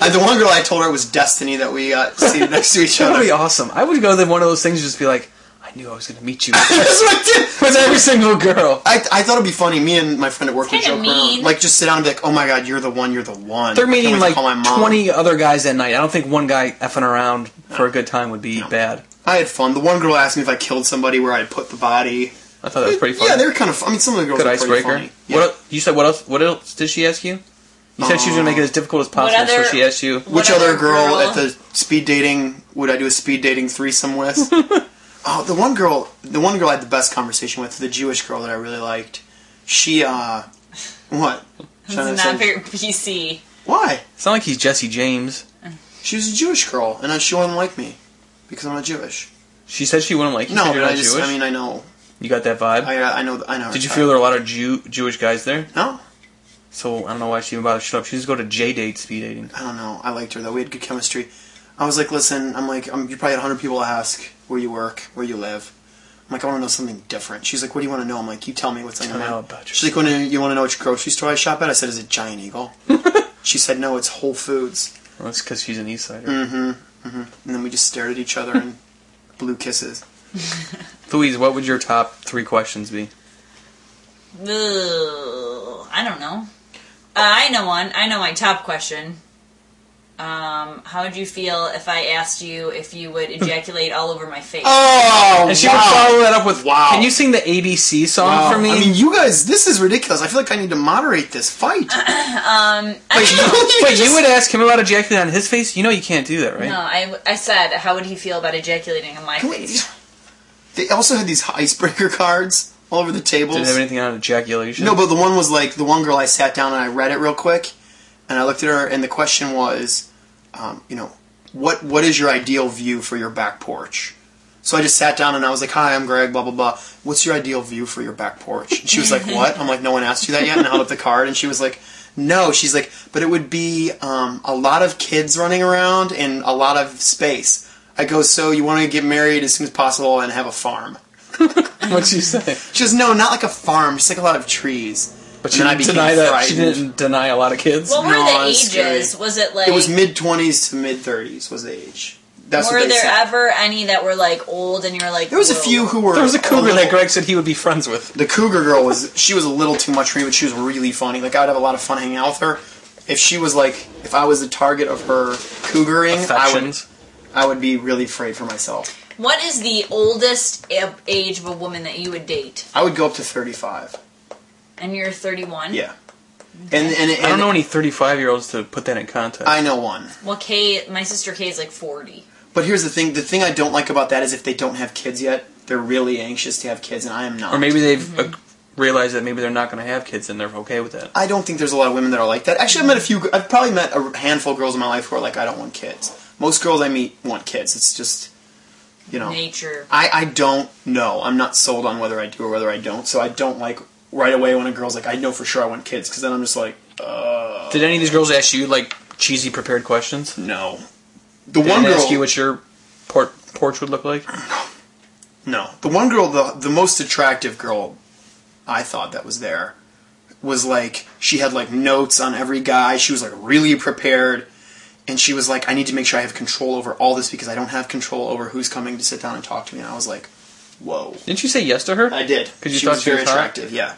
A: I- the one girl I told her it was destiny that we got
B: [laughs]
A: seated next to each
B: That would
A: other.
B: be awesome. I would go to one of those things and just be like, I knew I was going to meet
A: [laughs]
B: you [laughs]
A: That's what I did.
B: with every single girl.
A: I, I thought it'd be funny. Me and my friend at work would
C: Kinda
A: joke around,
C: mean.
A: like just sit down and be like, "Oh my god, you're the one. You're the one."
B: They're
A: I can't wait
B: meeting
A: to
B: like
A: call my mom."
B: 20 other guys that night. I don't think one guy effing around for a good time would be bad.
A: I had fun. The one girl asked me if I killed somebody, where I'd put the body.
B: I thought that was pretty fun.
A: Yeah, they were kind of. Fun. I mean, some of the girls
B: good
A: were pretty
B: icebreaker.
A: funny. Yeah.
B: What el- you said? What else? What else did she ask you? You said she was going to make it as difficult as
C: What
B: possible,
C: other-
B: so she asked you.
A: Which
C: What
A: other
C: other
A: girl,
C: girl?
A: at the speed dating would I do a speed dating threesome
C: [laughs]
A: with? oh, the one girl, the one girl I had the best conversation with, the Jewish girl that I really liked. She, uh, what?
C: This
A: Trying
C: is
A: to send-
C: not very PC.
A: Why?
B: It's not like he's Jesse James.
A: She was a Jewish girl, and I- she wouldn't like me because I'm not Jewish.
B: She said she wouldn't like you.
A: No,
B: said
A: but
B: you're not
A: I just,
B: Jewish.
A: I mean, I know,
B: you got that vibe.
A: I, I know, I know. her
B: Did you
A: type.
B: feel there were a lot of Jew Jewish guys there?
A: No,
B: So I don't know why she even bothered to shut up. She just go to J date speed dating.
A: I don't know. I liked her though. We had good chemistry. I was like, listen, I'm like, um you probably had 100 people ask where you work, where you live. I'm like, I want to know something different. She's like, what do you want to know? I'm like, you tell me what's on your
B: Tell me
A: mind.
B: about
A: She's like, when you- you want to know which grocery store I shop at? I said, is it Giant
B: [laughs]
A: Eagle? she said, no, it's Whole Foods.
B: Well, that's because she's an East Sider.
A: Hmm. And then we just stared at each other and [laughs] blew kisses.
B: Louise, what would your top three questions be?
C: Ugh, I don't know. Uh, I know one. I know my top question. Um, how would you feel if I asked you if you
B: [laughs]
C: would ejaculate all over my face?
A: Oh,
B: And she would follow that up with,
A: Wow.
B: "Can you sing the ABC song
A: Wow.
B: for me?"
A: I mean, you guys, this is ridiculous. I feel like I need to moderate this fight.
B: wait, you,
A: you
B: wait, you
A: just-
B: would ask him about ejaculating on his face? You know you can't do that, right?
C: No, I, I said, how would he feel about ejaculating on my face?
A: they also had these icebreaker cards all over the tables.
B: Didn't have anything on ejaculation.
A: No, but the one was like the one girl I sat down and I read it real quick, and I looked at her, and the question was, um, you know, what what is your ideal view for your back porch? So I just sat down and I was like, "Hi, I'm Greg." Blah blah blah. What's your ideal view for your back porch? And she was like, "What?" I'm like, "No one asked you that yet." And I held up the card, and she was like, "No." She's like, "But it would be um, a lot of kids running around and a lot of space." I go, "So you want to get married as soon as possible and have a farm?"
B: [laughs] what'd she say?
A: She goes, "No, not like a farm, just like a lot of trees."
B: But
A: And
B: she
A: then I'd
B: didn't
A: be
B: deny that. She
A: frightened.
B: didn't deny a lot of kids.
C: What were
A: No,
C: the
A: it's
C: ages?
A: scary.
C: Was it like
A: It was mid twenties to mid thirties was the age. That's
C: were
A: what they
C: there
A: said.
C: ever any that were like old and you were like
A: there was a
C: whoa.
A: few who were.
B: There was a cougar
A: little-
B: that Greg said he would be friends with.
A: The cougar girl was. She was a little too much for me, but she was really funny. Like I'd have a lot of fun hanging out with her. If she was like, if I was the target of her cougaring, I would,
B: Affections.
A: I would be really afraid for myself.
C: What is the oldest ab- age of a woman that you would date?
A: I would go up to thirty-five.
C: And you're 31.
A: Yeah, and and, and
B: I don't know any 35 year olds to put that in context.
A: I know one.
C: Well, Kay, my sister Kay is like 40.
A: But here's the thing: the thing I don't like about that is if they don't have kids yet, they're really anxious to have kids, and I am not.
B: or maybe they've uh, realized that maybe they're not going to have kids and they're okay with that.
A: I don't think there's a lot of women that are like that. Actually, I've met a few. I've probably met a handful of girls in my life who are like, I don't want kids. Most girls I meet want kids. It's just, you know,
C: Nature.
A: I I don't know. I'm not sold on whether I do or whether I don't. So I don't like right away when a girl's like, I know for sure I want kids, because then I'm just like,
B: Did any of these girls ask you like cheesy prepared questions?
A: no. The
B: Did
A: one
B: they
A: girl,
B: ask you what your por- porch would look like?
A: no, the one girl, the the most attractive girl, I thought that was there, was like she had like notes on every guy. She was like really prepared. and she was like, I need to make sure I have control over all this because I don't have control over who's coming to sit down and talk to me. And I was like, whoa.
B: Didn't you say yes to her?
A: I did.
B: 'Cause you
A: she
B: thought
A: was
B: she was
A: very
B: hot?
A: attractive, yeah.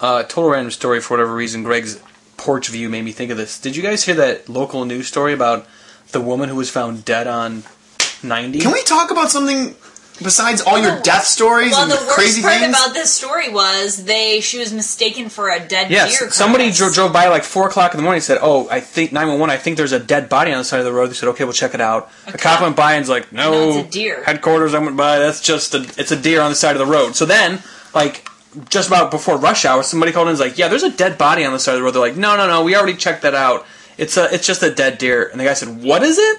B: Uh, total random story for whatever reason. Greg's porch view made me think of this. Did you guys hear that local news story about the woman who was found dead on ninety?
A: Can we talk about something besides all your
C: the-
A: death stories
C: Well,
A: and
C: the worst
A: crazy
C: part
A: things?
C: about this story was they she was mistaken for a dead deer.
B: Yes, somebody
C: carcass.
B: dro- drove by like four o'clock in the morning. and Said, "Oh, I think nine one one. I think there's a dead body on the side of the road." They said, "Okay, we'll check it out." A, cop,
C: cop-
B: went by and's like, "No,
C: No, it's a deer."
B: Headquarters. I went by. That's just a. It's a deer on the side of the road." So then, like, just about before rush hour, somebody called in and was like, "Yeah, there's a dead body on the side of the road." They're like, "No, no, no. We already checked that out. It's a. It's just a dead deer." And the guy said, "What is it?"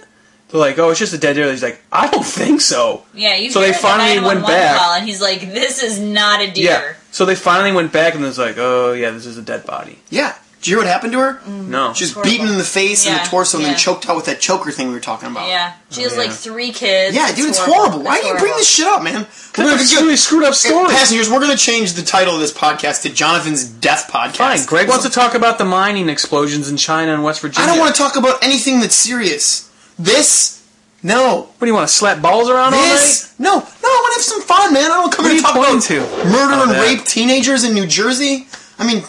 B: They're like, "Oh, it's just a dead deer." He's like, "I don't think so."
C: Yeah, you
B: So they
C: hear the
B: finally went
C: 911
B: back.
C: call, and he's like, "This is not a deer."
B: So they finally went back and was like, "Oh, yeah, this is a dead body."
A: yeah. Did you hear what happened to her?
B: No.
A: She was
C: Mm. Horrible.
A: beaten in the face and
C: Yeah,
A: the torso and
C: yeah.
A: then choked out with that choker thing we were talking about.
C: Yeah, she has
B: yeah.
C: like three kids.
A: Oh, Yeah, dude, it's horrible. Why
C: It's
A: do you bring
C: horrible.
A: this shit up, man? We're gonna
B: That's a really screwed up story.
A: Passengers, we're going to change the title of this podcast to Jonathan's Death Podcast.
B: Fine. Greg wants to talk about the mining explosions in China and West
A: I
B: Virginia.
A: don't want to talk about anything that's serious. This, no.
B: What do you want to slap balls around
A: This, no. No, I want to have some fun, man. I don't come
B: What
A: here to
B: are
A: talk
B: you
A: about
B: pointing to?
A: murder
B: Oh,
A: and
B: that.
A: rape teenagers in New Jersey. I mean,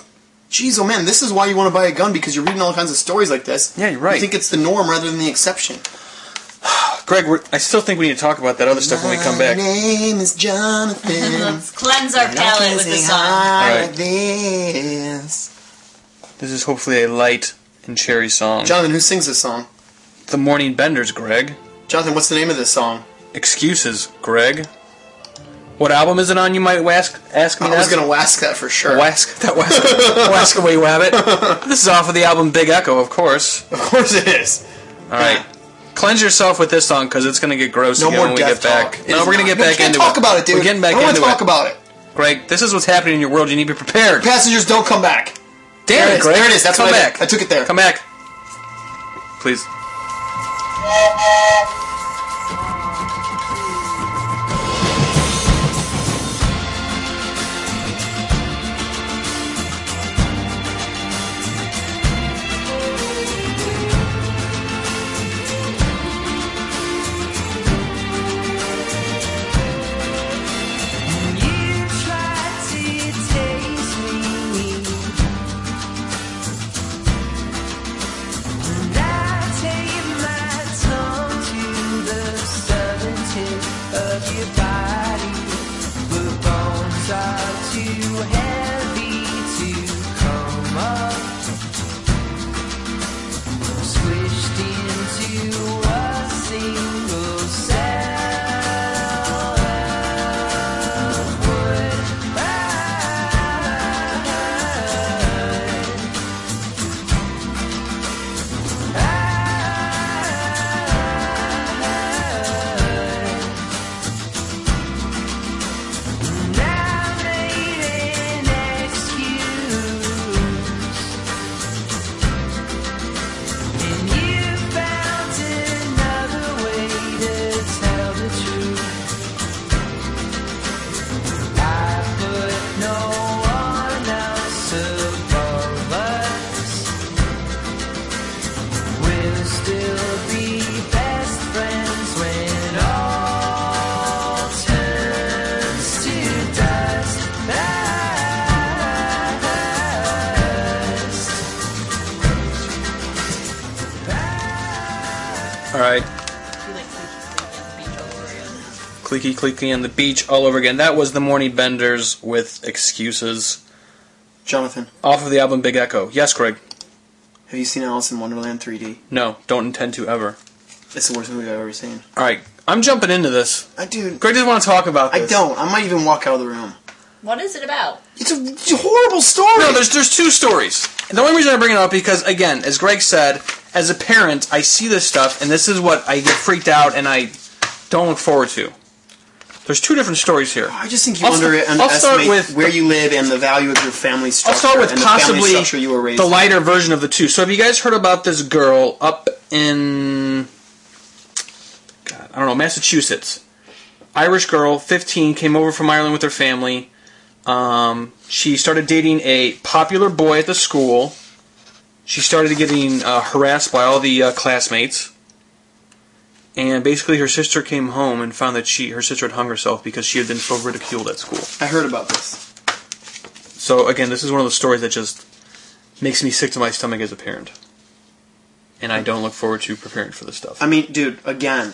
A: geez, oh man, this is why you want to buy a gun because you're reading all kinds of stories like this.
B: Yeah, you're right.
A: You think it's the norm rather than the exception.
B: all night? Greg, we're, I still think we need to talk about that other stuff when we come back.
A: My name is Jonathan.
C: Let's cleanse our palate with this song.
B: Alright.
A: Like this.
B: This is hopefully a light and cherry song.
A: Jonathan, who sings this song?
B: the Morning Benders, Greg.
A: Jonathan, what's the name of this song?
B: Excuses, Greg. What album is it on? You might ask. Ask me.
A: I was
B: that?
A: gonna wask that for sure.
B: Wask that wask, [laughs] wask away wabbit. This is off of the album Big Echo, of course.
A: Of course it is.
B: All right, cleanse yourself with this song because it's going to get gross
A: No
B: again
A: more
B: when we
A: death
B: get back.
A: talk. It
B: No,
A: is
B: we're going to
A: not-
B: get
A: we
B: back
A: can't
B: into
A: talk
B: it.
A: about it, dude.
B: We're getting back
A: I don't wanna
B: into
A: talk
B: it.
A: about it.
B: Greg, this is what's happening in your world. You need to be prepared.
A: Passengers, don't come back. There
B: Damn
A: it
B: it,
A: is.
B: Greg.
A: There it is. That's
B: Come
A: what I did.
B: back.
A: I took it there.
B: Come back. Please.
E: You tried to taste me, and I take my tongue to the southern tip of your body. The bones are too heavy to come up, squished into a single cell. No one else above us will still be best friends when all turns to dust.
B: All right.
C: You like freaking out, beat over you.
B: Clicky clicky on the beach all over again. That was the Morning Benders with Excuses
A: Jonathan,
B: off of the album Big Echo. Yes, Greg.
A: have you seen Alice in Wonderland 3D?
B: No, don't intend to ever.
A: It's the worst movie I've ever seen.
B: All right, I'm jumping into this.
A: I dude,
B: Greg doesn't want to talk about
A: I
B: this.
A: don't. I might even walk out of the room.
C: What is it about?
A: It's a, it's a horrible story.
B: No, there's there's two stories. And the only reason I bring it up because again, as Greg said, as a parent, I see this stuff and this is what I get freaked out and I don't look forward to. There's two different stories here.
A: I just think you
B: I'll
A: under,
B: st- I'll
A: underestimate
B: start with-
A: where you live and the value of your family
B: I'll
A: structure.
B: start with
A: and the family
B: possibly
A: structure you were raised.
B: the
A: in.
B: lighter version of the two. So have you guys heard about this girl up in God, I don't know, Massachusetts. Irish girl, 15, came over from Ireland with her family. Um, she started dating a popular boy at the school. she started getting uh, harassed by all the uh, classmates. And basically, her sister came home and found that she her sister had hung herself because she had been so ridiculed at school.
A: I heard about this.
B: So again, this is one of those stories that just makes me sick to my stomach as a parent, and I don't look forward to preparing for this stuff.
A: I mean, dude, again,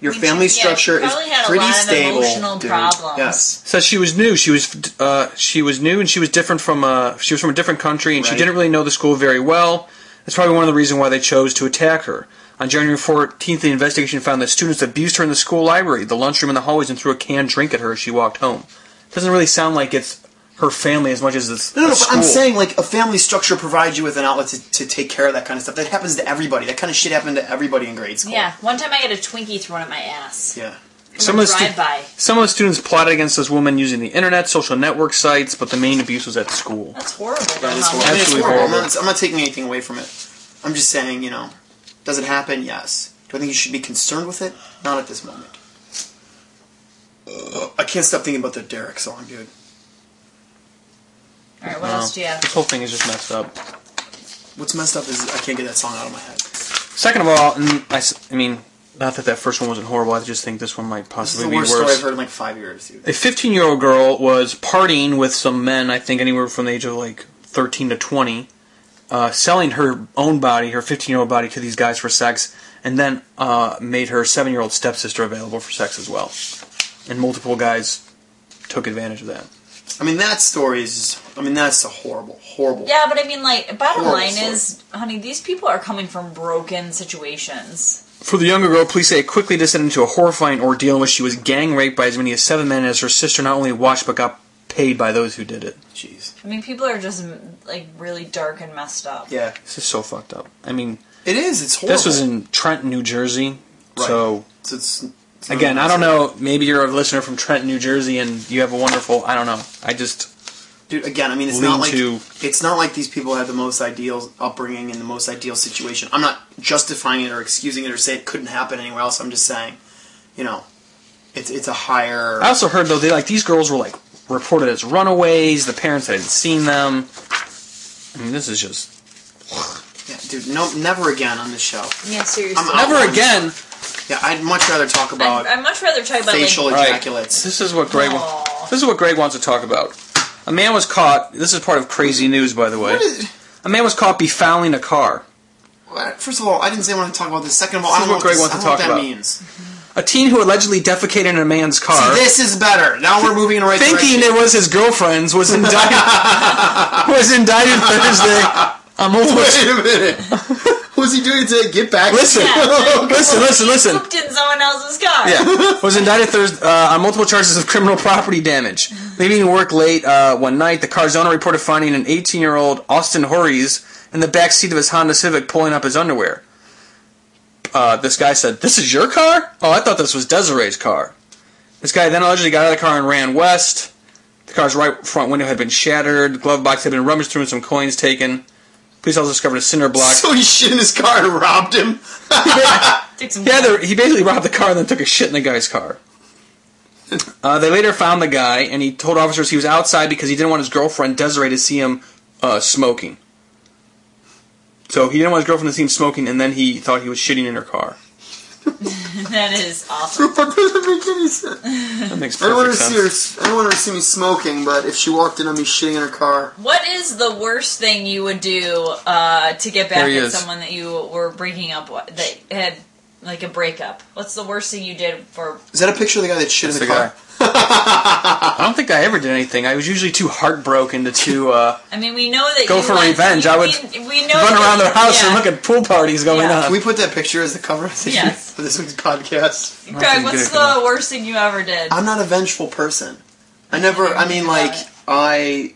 A: your
C: We
A: family
C: did- yeah,
A: structure
C: we
A: is
C: probably had a
A: pretty
C: lot of
A: stable.
C: emotional
A: dude.
C: problems.
A: Yes.
B: Says she was new. She was uh, she was new and she was different from uh, she was from a different country and she
A: Right.
B: didn't really know the school very well. That's probably one of the reasons why they chose to attack her. On January 14th, the investigation found that students abused her in the school library, the lunchroom, and the hallways, and threw a canned drink at her as she walked home. Doesn't really sound like it's her family as much as it's
A: No, no,
B: the
A: but I'm
B: school.
A: saying like a family structure provides you with an outlet to, to take care of that kind of stuff. That happens to everybody. That kind of shit happened to everybody in grade school.
C: Yeah, one time I had a Twinkie thrown at my ass.
A: Yeah.
B: Some of the stu-
C: drive by.
B: Some of the students plotted against this woman using the internet, social network sites, but the main abuse was at school.
C: That's horrible. Uh-huh.
A: That is horrible.
C: Mom.
A: I mean, it's
B: Absolutely
A: horrible. I'm,
B: horrible.
A: not, I'm not taking anything away from it. I'm just saying, you know, does it happen? Yes. Do I think you should be concerned with it? Not at this moment. Ugh, I can't stop thinking about the Derek song, dude.
C: All right, what
B: Wow.
A: Oh.
C: else do you have?
B: This whole thing is just messed up.
A: What's messed up is I can't get that song out of my head.
B: Second of all, and I, s- I mean, not that that first one wasn't horrible, I just think this one
A: This
B: might
A: is
B: possibly
A: the
B: be
A: worst
B: worse.
A: story I've heard in like five years, dude.
B: A 15 year old girl was partying with some men, I think anywhere from the age of like 13 to 20, uh, selling her own body, her 15 year old body, to these guys for sex, and then uh, made her 7 year old stepsister available for sex as well. And multiple guys took advantage of that.
A: I mean, that story is. I mean, that's a horrible, horrible.
C: Yeah, but I mean, like, bottom
A: Horrible
C: line
A: story.
C: is, honey, these people are coming from broken situations.
B: For the younger girl, police say it quickly descended into a horrifying ordeal in which she was gang raped by as many as seven men as her sister not only watched but got paid by those who did it.
A: Jeez.
C: I mean, people are just like really dark and messed up.
A: Yeah.
B: This is so fucked up. I mean,
A: It is. It's horrible.
B: this was in Trenton, New Jersey,
A: Right. Mm-hmm.
B: so
A: So it's, it's not
B: Again,
A: even-
B: I don't know. Maybe you're a listener from Trenton, New Jersey, and you have a wonderful. I don't know. I just
A: Dude, again, I mean, it's not like
B: lean-to.
A: it's not like these people had the most ideal upbringing and the most ideal situation. I'm not justifying it or excusing it or say it couldn't happen anywhere else. I'm just saying, you know, it's it's a higher.
B: I also heard though they like these girls were like reported as runaways. The parents hadn't seen them. I mean, this is just
A: Yeah, dude, no, never again on this show.
C: Yeah, seriously.
A: I'm out.
B: never again.
A: Yeah, I'd much rather talk about
C: I'd, I'd much rather talk about
A: facial
C: like,
B: Right.
A: ejaculates.
B: This is what Greg. wa-
C: Aw.
B: This is what Greg wants to talk about. A man was caught. This is part of crazy news, by the way.
A: What is-
B: a man was caught befouling a car.
A: what- First of all, I didn't say I want to talk about this. Second of all,
B: This
A: I don't
B: is
A: know
B: what
A: what
B: Greg
A: this-
B: wants
A: I don't
B: to
A: know what
B: talk
A: that
B: about.
A: means.
B: A teen who allegedly defecated in a man's car.
A: This is better. Now we're moving in the right
B: thinking
A: direction.
B: it was his girlfriend's was
A: [laughs]
B: indicted was indicted Thursday on multiple.
A: Wait a
B: [laughs]
A: minute. What's he doing to get back?
B: Listen, listen, listen, listen.
C: pooped in someone else's car.
B: Yeah, was indicted Thursday uh, on multiple charges of criminal property damage. Leaving work late uh, one night, the car's owner reported finding an 18-year-old Austin Horries in the back seat of his Honda Civic pulling up his underwear. Uh, this guy said, "This is your car? Oh, I thought this was Desiree's car." This guy then allegedly got out of the car and ran west. The car's right front window had been shattered. The glove box had been rummaged through and some coins taken. Police also discovered a
A: [laughs]
B: cinder block. [laughs]
A: So he shit in his car and robbed him. [laughs]
C: Take some
B: Yeah, they- he basically robbed the car and then took a shit in the guy's car. Uh, they later found the guy, and he told officers he was outside because he didn't want his girlfriend Desiree to see him uh, smoking. So he didn't want his girlfriend to see him smoking, and then he thought he was shitting in her car.
C: That is awesome.
A: That doesn't make any sense.
B: That makes
A: I don't want
B: perfect
A: to see her.
B: sense.
A: I don't want her to see me smoking. But if she walked in on me shitting in her car,
C: What is the worst thing you would do uh, to get
B: There
C: back
B: he
C: at
B: is.
C: someone that you were breaking up with, that had like a breakup? What's the worst thing you did for?
A: is that a picture of the guy that shit
B: That's
A: in
B: the
A: the, car?
B: guy. I don't think I ever did anything. I was usually too heartbroken to, to
C: [laughs]
B: uh,
C: I mean, we know that
B: Go
C: you
B: for
C: went-
B: revenge.
C: we-
B: I would
C: we, we know
B: run
C: that-
B: around their house
C: yeah.
B: and look at pool parties going
C: Yeah.
A: Can
B: on.
A: we put that picture as the cover of this-
C: Yes.
A: for this week's podcast?
C: Greg,
B: Nothing
C: what's
B: good.
C: the worst thing you ever did?
A: I'm not a vengeful person. I never. I mean,
C: Yeah.
A: like I,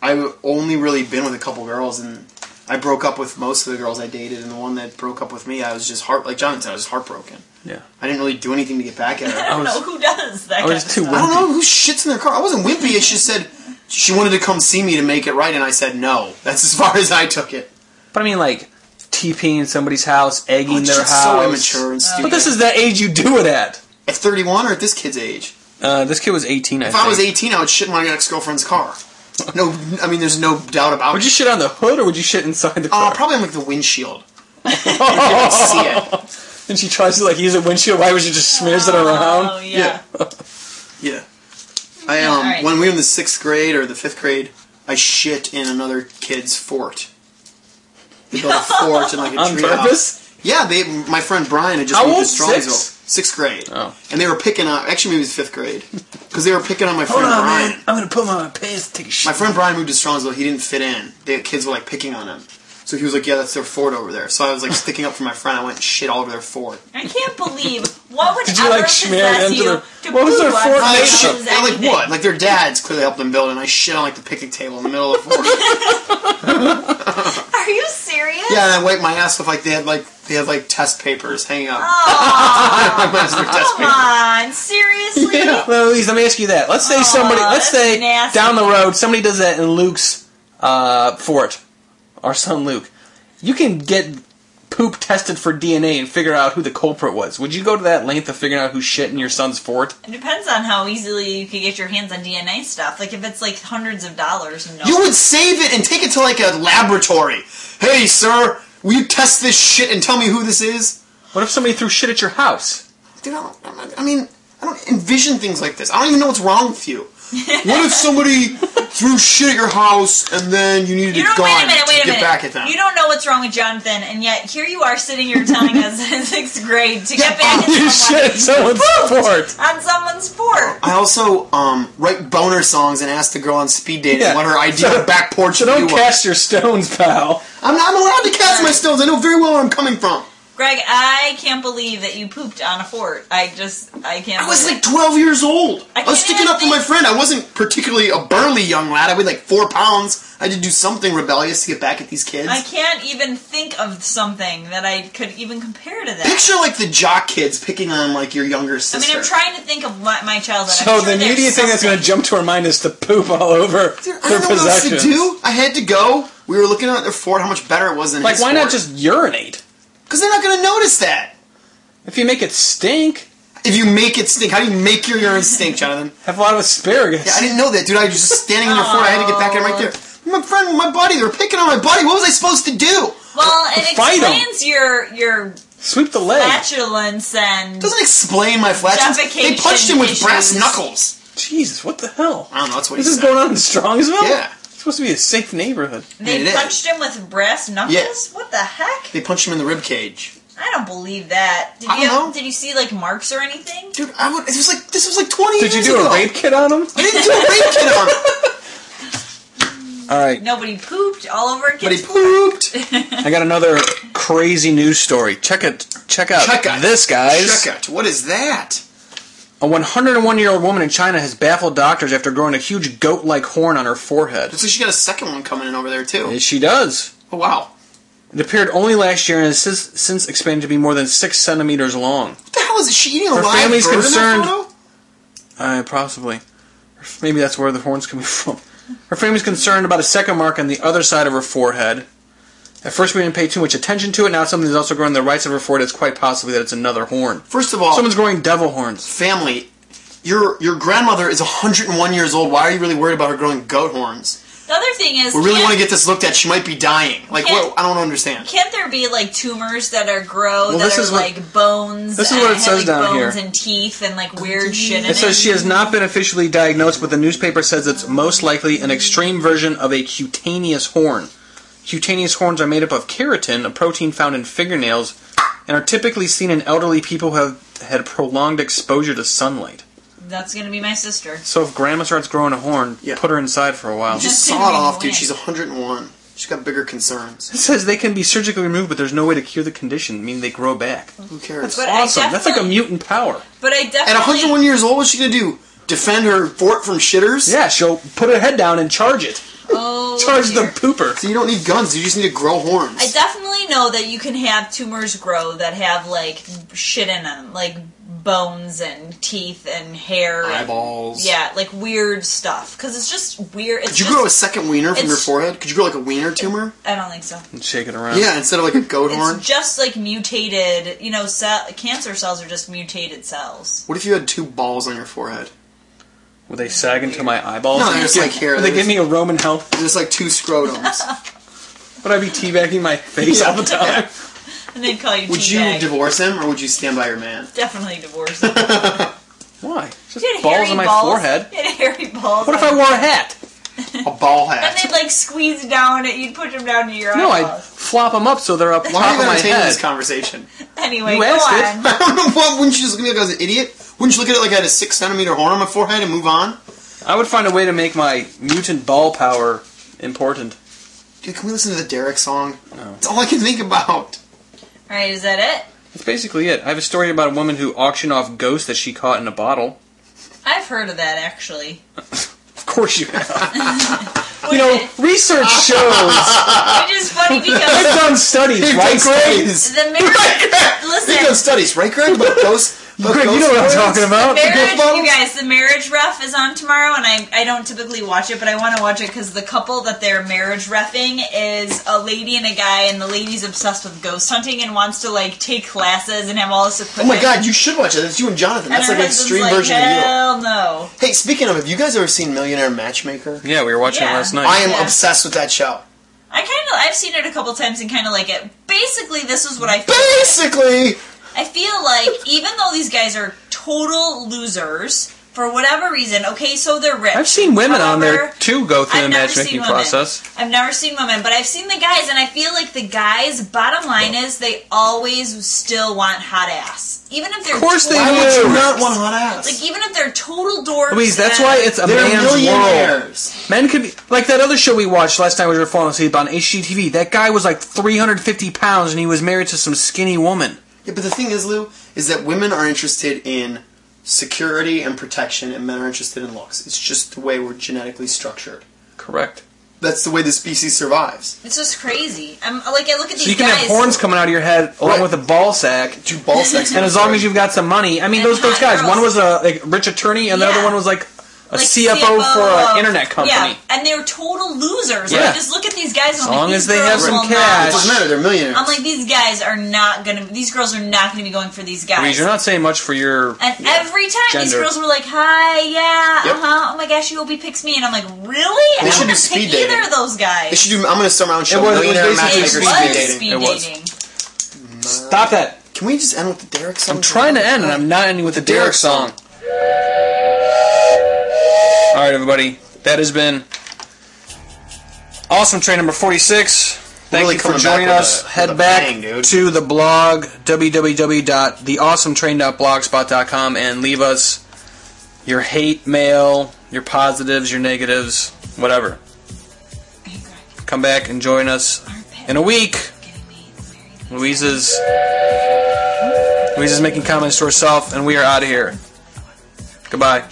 A: I only really been with a couple girls, and I broke up with most of the girls I dated, and the one that broke up with me, I was just heart like Jonathan. I was heartbroken.
B: Yeah.
A: I didn't really do anything to get back at her.
C: I don't
B: I was-
C: know who does that.
B: I was
C: kind of
B: too
C: stuff.
A: I don't
B: wimpy.
A: know who shits in their car. I wasn't wimpy. It's just said she wanted to come see me to make it right, and I said no. That's as far as I took it.
B: But I mean, like, TPing somebody's house, egging
A: Oh, It's
B: their
A: just
B: house.
A: so
C: Oh,
A: immature and stupid.
B: But this is the age you do it at.
A: at 31 or at this kid's age.
B: Uh, this kid was 18, I
A: If
B: think.
A: I was 18, I would shit in my ex girlfriend's car. No, I mean, there's no doubt about
B: Would
A: it.
B: you shit on the hood or would you shit inside the
A: uh,
B: car?
A: probably on like the windshield. [laughs] you can't see it.
B: and she tries to like use a windshield wipers and just smears it around.
C: Oh yeah.
A: Yeah. I um
C: Alright.
A: when we were in the sixth grade or the fifth grade, I shit in another kid's fort. They built a fort and like a
B: On
A: tree house.
B: purpose?
A: Yeah, they. My friend Brian had just
B: How
A: moved
B: old?
A: to Strongsville,
B: Six?
A: sixth grade,
B: Oh.
A: and they were picking on. Actually, maybe it was fifth
B: [laughs]
A: grade because they were picking on my friend
B: Hold on,
A: Brian.
B: man. I'm gonna put on my pants, take a shit.
A: My friend Brian moved to Strongsville. He didn't fit in. The kids were like picking on him, so he was like, "Yeah, that's their fort over there." So I was like sticking up for my friend. I went and shit all over their fort.
C: I can't believe what would
B: Did you,
C: ever
B: like, smear it
C: possess
B: into
C: you
B: their-
C: to
B: what was their
C: poo on
A: I
B: fourth
C: someone
A: like,
B: nation?
A: shit,
C: else's
A: I like
C: anything?
A: what? Like their dads clearly helped them build, and I shit on like the picnic table in the middle of the
C: [laughs]
A: fort.
C: Are you serious?
A: yeah, and I wiped my ass with like they had like they had like test papers hanging up. [laughs] my master test
C: Come
A: paper.
C: on, seriously?
B: Yeah. Well, Elise, let me ask you that. Let's say somebody. Let's
C: that's
B: say
C: nasty.
B: down the road somebody does that in Luke's uh, fort, our son Luke. You can get poop tested for DNA and figure out who the culprit was. Would you go to that length of figuring out who shit in your son's fort?
C: It depends on how easily you can get your hands on DNA stuff. Like if it's like hundreds of dollars, no.
A: You would save it and take it to like a laboratory. Hey, sir, will you test this shit and tell me who this is?
B: What if somebody threw shit at your house?
A: Dude, I, don't, I'm not- I mean, I don't envision things like this. I don't even know what's wrong with you. what if somebody
C: [laughs]
A: threw shit at your house and then you needed
C: You
A: a
C: don't
A: gun
C: wait a minute,
A: to
C: wait a
A: get
C: minute.
A: back at them?
C: You don't know what's wrong with Jonathan, and yet here you are sitting here telling us [laughs] in sixth grade to get back
B: [laughs]
A: Oh
B: You
C: at
B: shit
C: someone
B: at someone's fort.
C: on someone's fort.
A: I also um, write boner songs and ask the girl on speed date
B: Yeah.
A: what her ideal
B: So-
A: back porch
B: So don't
A: view was.
B: cast your stones, pal.
A: I'm not I'm allowed to cast my stones. I know very well where I'm coming from.
C: Greg, I can't believe that you pooped on a fort. I just, I can't.
A: I was
C: believe
A: like 12 years old.
C: I
A: I, was
C: can't
A: sticking up for
C: even
A: my
C: think-
A: friend. I wasn't particularly a burly young lad. I weighed like four pounds. I had to do something rebellious to get back at these kids.
C: I can't even think of something that I could even compare to that.
A: Picture like the jock kids picking on like your younger
C: I
A: sister.
C: mean, I'm trying to think of what my childhood.
B: So
C: I'm sure
B: the
C: there's
B: immediate thing that's going to
C: something.
B: jump to our mind is to poop all over
A: Dude, I
B: their
A: don't know what else to
B: possessions.
A: do. I had to go. We were looking at their fort, how much better it was than
B: Like,
A: his
B: why not
A: fort.
B: just urinate?
A: Because they're not going to notice that.
B: If you make it stink,
A: If you make it stink, how do you make your urine
C: [laughs]
A: stink, Jonathan?
B: have a lot of asparagus.
A: Yeah, I didn't know that, dude. I was just standing in your fort. I had to get back in right there. My friend, my buddy, they were picking on my buddy. What was I supposed to do?
C: Well, it
B: Fight 'em.
C: explains your your
B: Sweep the leg.
C: flatulence and
A: Doesn't explain my flatulence. They punched him with
C: Defecation
A: brass
C: issues.
A: knuckles.
B: Jesus, what the hell?
A: I don't know. That's what
B: This
A: he
B: is
A: said.
B: going on in Strongsville?
A: Yeah.
B: It's supposed to be a safe neighborhood.
C: they
A: It is.
C: punched him with brass knuckles.
A: Yeah.
C: What the heck?
A: They punched him in the rib cage.
C: I don't believe that. Did
A: I
C: you
A: don't know.
C: did you see like marks or anything?
A: Dude, I would. It was like this was like twenty
B: Did you
A: years
B: do
A: ago.
B: a rape kit on him?
A: I didn't do a rape kit on him,
B: All right,
C: Nobody pooped all over a
A: but he
C: kid's
A: pooped. [laughs]
B: I got another crazy news story. Check it. [laughs] Check out
A: Check out.
B: this, guys.
A: Check it. What is that?
B: A 101 year old woman in China has baffled doctors after growing a huge goat like horn on her forehead.
A: Looks like she got a second one coming in over there too.
B: She does.
A: Oh wow.
B: It appeared only last year and has since, since expanded to be more than six centimeters long.
A: What the hell is it? she eating a
B: Her
A: live
B: family's
A: bird
B: concerned.
A: in that photo?
B: Uh, possibly. Maybe that's where the horn's coming [laughs] from. Her family's concerned about a second mark on the other side of her forehead. At first, we didn't pay too much attention to it. Now, something's also growing on the right side of her forehead. It's quite possibly that it's another horn.
A: First of all,
B: Someone's growing devil horns.
A: family. Your your grandmother is 101 years old. Why are you really worried about her growing goat horns?
C: The other thing is,
A: We really
C: can't,
A: want to get this looked at. She might be dying. Like,
C: Can't-
A: what? I don't understand.
C: Can't there be like tumors that are grow that
B: this
C: are
B: is what-
C: like bones?
B: this is
C: and
B: what it
C: have,
B: says
C: like,
B: down
C: bones
B: here.
C: and teeth and like weird shit. In
B: It says she has not been officially diagnosed, but the newspaper says it's most likely an extreme version of a cutaneous horn. Cutaneous horns are made up of keratin, a protein found in fingernails, and are typically seen in elderly people who have had prolonged exposure to sunlight.
C: That's gonna be my sister.
B: So if grandma starts growing a horn,
A: Yeah.
B: put her inside for a while.
A: She
B: It
A: just saw
C: That's
A: it
C: gonna be
A: off, dude.
C: annoying.
A: She's 101. She's got bigger concerns.
B: says they can be surgically removed, but there's no way to cure the condition, meaning they grow back.
A: Who cares?
C: But I
B: Awesome. That's like a
C: definitely-
B: mutant power.
C: But I definitely
A: At 101 years old, what's she gonna do? Defend her fort from shitters?
B: Yeah, she'll put her head down and charge it.
C: Oh,
B: Charge the
C: dear.
B: pooper.
A: So you don't need guns. You just need to grow horns.
C: I definitely know that you can have tumors grow that have like shit in them, like bones and teeth and hair, and-
A: Eyeballs.
C: yeah, like weird stuff. Because it's just weird. It's
A: Could you
C: just,
A: grow a second wiener from your
C: it's-
A: forehead? Could you grow like a wiener tumor?
C: I don't think so.
B: And shake it around.
A: Yeah, instead of like a goat horn.
C: It's just like mutated. You know, cell, cancer cells are just mutated cells.
A: What if you had two balls on your forehead?
B: Where they sag into my eyeballs.
A: No,
B: and
A: they're just
B: give-
A: like here,
B: where They
A: they're
B: give me a Roman help,
A: There's like two
C: [laughs]
A: scrotums.
B: but I'd be teabagging my face all the time.
C: And they'd call you
A: would you
C: teabag.
A: divorce him or would you stand by your man?
C: Definitely
B: [laughs]
C: divorce. You
B: Why? It's Just
C: had
B: balls
C: hairy
B: on my
C: balls.
B: forehead.
C: You had hairy balls.
B: What if I wore a hat?
A: A ball
C: And
A: hat.
C: they'd like squeeze down it. You'd put them down to your
B: No, I'd
C: eyeballs.
B: flop them up so they're up
A: Why are
B: top
A: you
B: of my
A: entertaining
B: head.
A: this conversation?
C: Anyway,
B: You
C: go
B: asked it.
A: [laughs]
C: on.
A: I don't know. Why, wouldn't you just look at me like I was an idiot? Wouldn't you look at it like I had a six centimeter horn on my forehead and move on?
B: I would find a way to make my mutant ball power important.
A: Dude, can we listen to the Derek song?
B: No.
A: It's all I can think about.
C: All right, is that
B: That's basically it. I have a story about a woman who auctioned off ghosts that she caught in a bottle.
C: it? I've heard of that actually.
B: Of course you have.
C: Which
B: you know, [laughs] research shows.
C: which is
B: [laughs]
C: funny
B: I've
C: because
B: done studies,
A: You've
B: right,
A: done
B: Greg?
A: studies.
C: the marriage.
A: You've done
C: listen,
A: studies, right, Greg? About ghosts. about
B: Greg, you
A: ghost
B: know what I'm
A: stories?
B: talking about.
A: Ghost
C: marriage. You
A: bottles?
C: guys, the marriage ref is on tomorrow, and I I don't typically watch it, but I want to watch it because the couple that they're marriage refing is a lady and a guy, and the lady's obsessed with ghost hunting and wants to like take classes and have all this
A: Oh
C: equipment.
A: my god, you should watch it. That's you and Jonathan.
C: And
A: That's
C: her
A: like an
C: husband's
A: extreme
C: like,
A: version of you.
C: Hell no.
A: Hey, speaking of, have you guys ever seen Millionaire Matchmaker?
B: Yeah, we were watching
C: Yeah.
B: it last night.
A: I am
C: Yeah.
A: obsessed with that show.
C: I kind of I've seen it a couple times and kind of like it. Basically, this is what I feel.
A: Basically,
C: I feel like even though these guys are total losers for whatever reason, okay, so they're rich.
B: I've seen women on there
C: However,
B: too go through
C: I've
B: the
C: never seen
B: matchmaking
C: women.
B: process.
C: I've never seen women, but I've seen the guys, and I feel like the guys. Bottom line is they always still want hot ass, even if they're
B: Of course they
A: why
C: total-
A: would you
B: Ew.
A: not want hot ass?
C: Like even if they're total dorks.
B: Louise, that's
C: and-
B: why it's a
A: They're
B: man's world.
A: millionaires.
B: Men could be like that other show we watched last time we were falling asleep on HGTV. That guy was like 350 pounds and he was married to some skinny woman.
A: Yeah, but the thing is, Lou, is that women are interested in security and protection, and men are interested in looks. It's just the way we're genetically structured.
B: Correct.
A: That's the way the species survives.
C: It's just crazy. I'm like I look at these
B: So you can
C: guys.
B: have horns coming out of your head along
A: Right.
B: with a ball sack.
A: Do
B: [laughs]
A: ball sex.
B: And as long as you've got some money, I mean,
C: And
B: those those
C: hot
B: guys. One
C: girls.
B: was a like, rich attorney, and the
C: Yeah.
B: other one was like a
C: like,
B: CFO, for
C: of-
B: an internet company.
C: Yeah, and they're total losers.
B: Yeah.
C: Like, just look at these guys. As
B: long as they have some
A: it
B: cash.
A: doesn't matter. They're millionaires.
C: I'm like, these guys are not gonna. These girls are not gonna be going for these
B: I mean,
C: guys.
B: you're not saying much for your.
C: and every time these
B: Gender.
C: girls were like, "Hi, yeah,
A: Yep.
C: uh huh. Oh my gosh, you will be picks me," and I'm like, "Really?
A: They
C: I
A: should
C: don't
A: do
C: pick
A: speed
C: either
A: dating.
C: of those
A: they
C: guys."
A: should do. I'm going to start my own show.
B: It was- it was
A: millionaire
B: basically
A: matchmaker
B: speed
A: speed dating.
B: It
C: was speed
B: was.
C: dating.
B: Stop that!
A: Can we just end with the Derek song?
B: I'm trying to end, and I'm not ending with the
A: Derek
B: Derek song. All right, everybody, that has been awesome. Train number forty-six. Thank
A: Really
B: you for
A: coming back
B: joining
A: with
B: us.
A: a- with a
B: Head back
A: bang, dude.
B: to the blog www.theawesometrain.blogspot.com and leave us your hate mail, your positives, your negatives, whatever.
C: Hey, Greg,
B: Come back and join us
C: aren't pets
B: in a week.
C: getting me married?
B: Louisa's Louisa's making comments to herself, and we are out of here. Goodbye.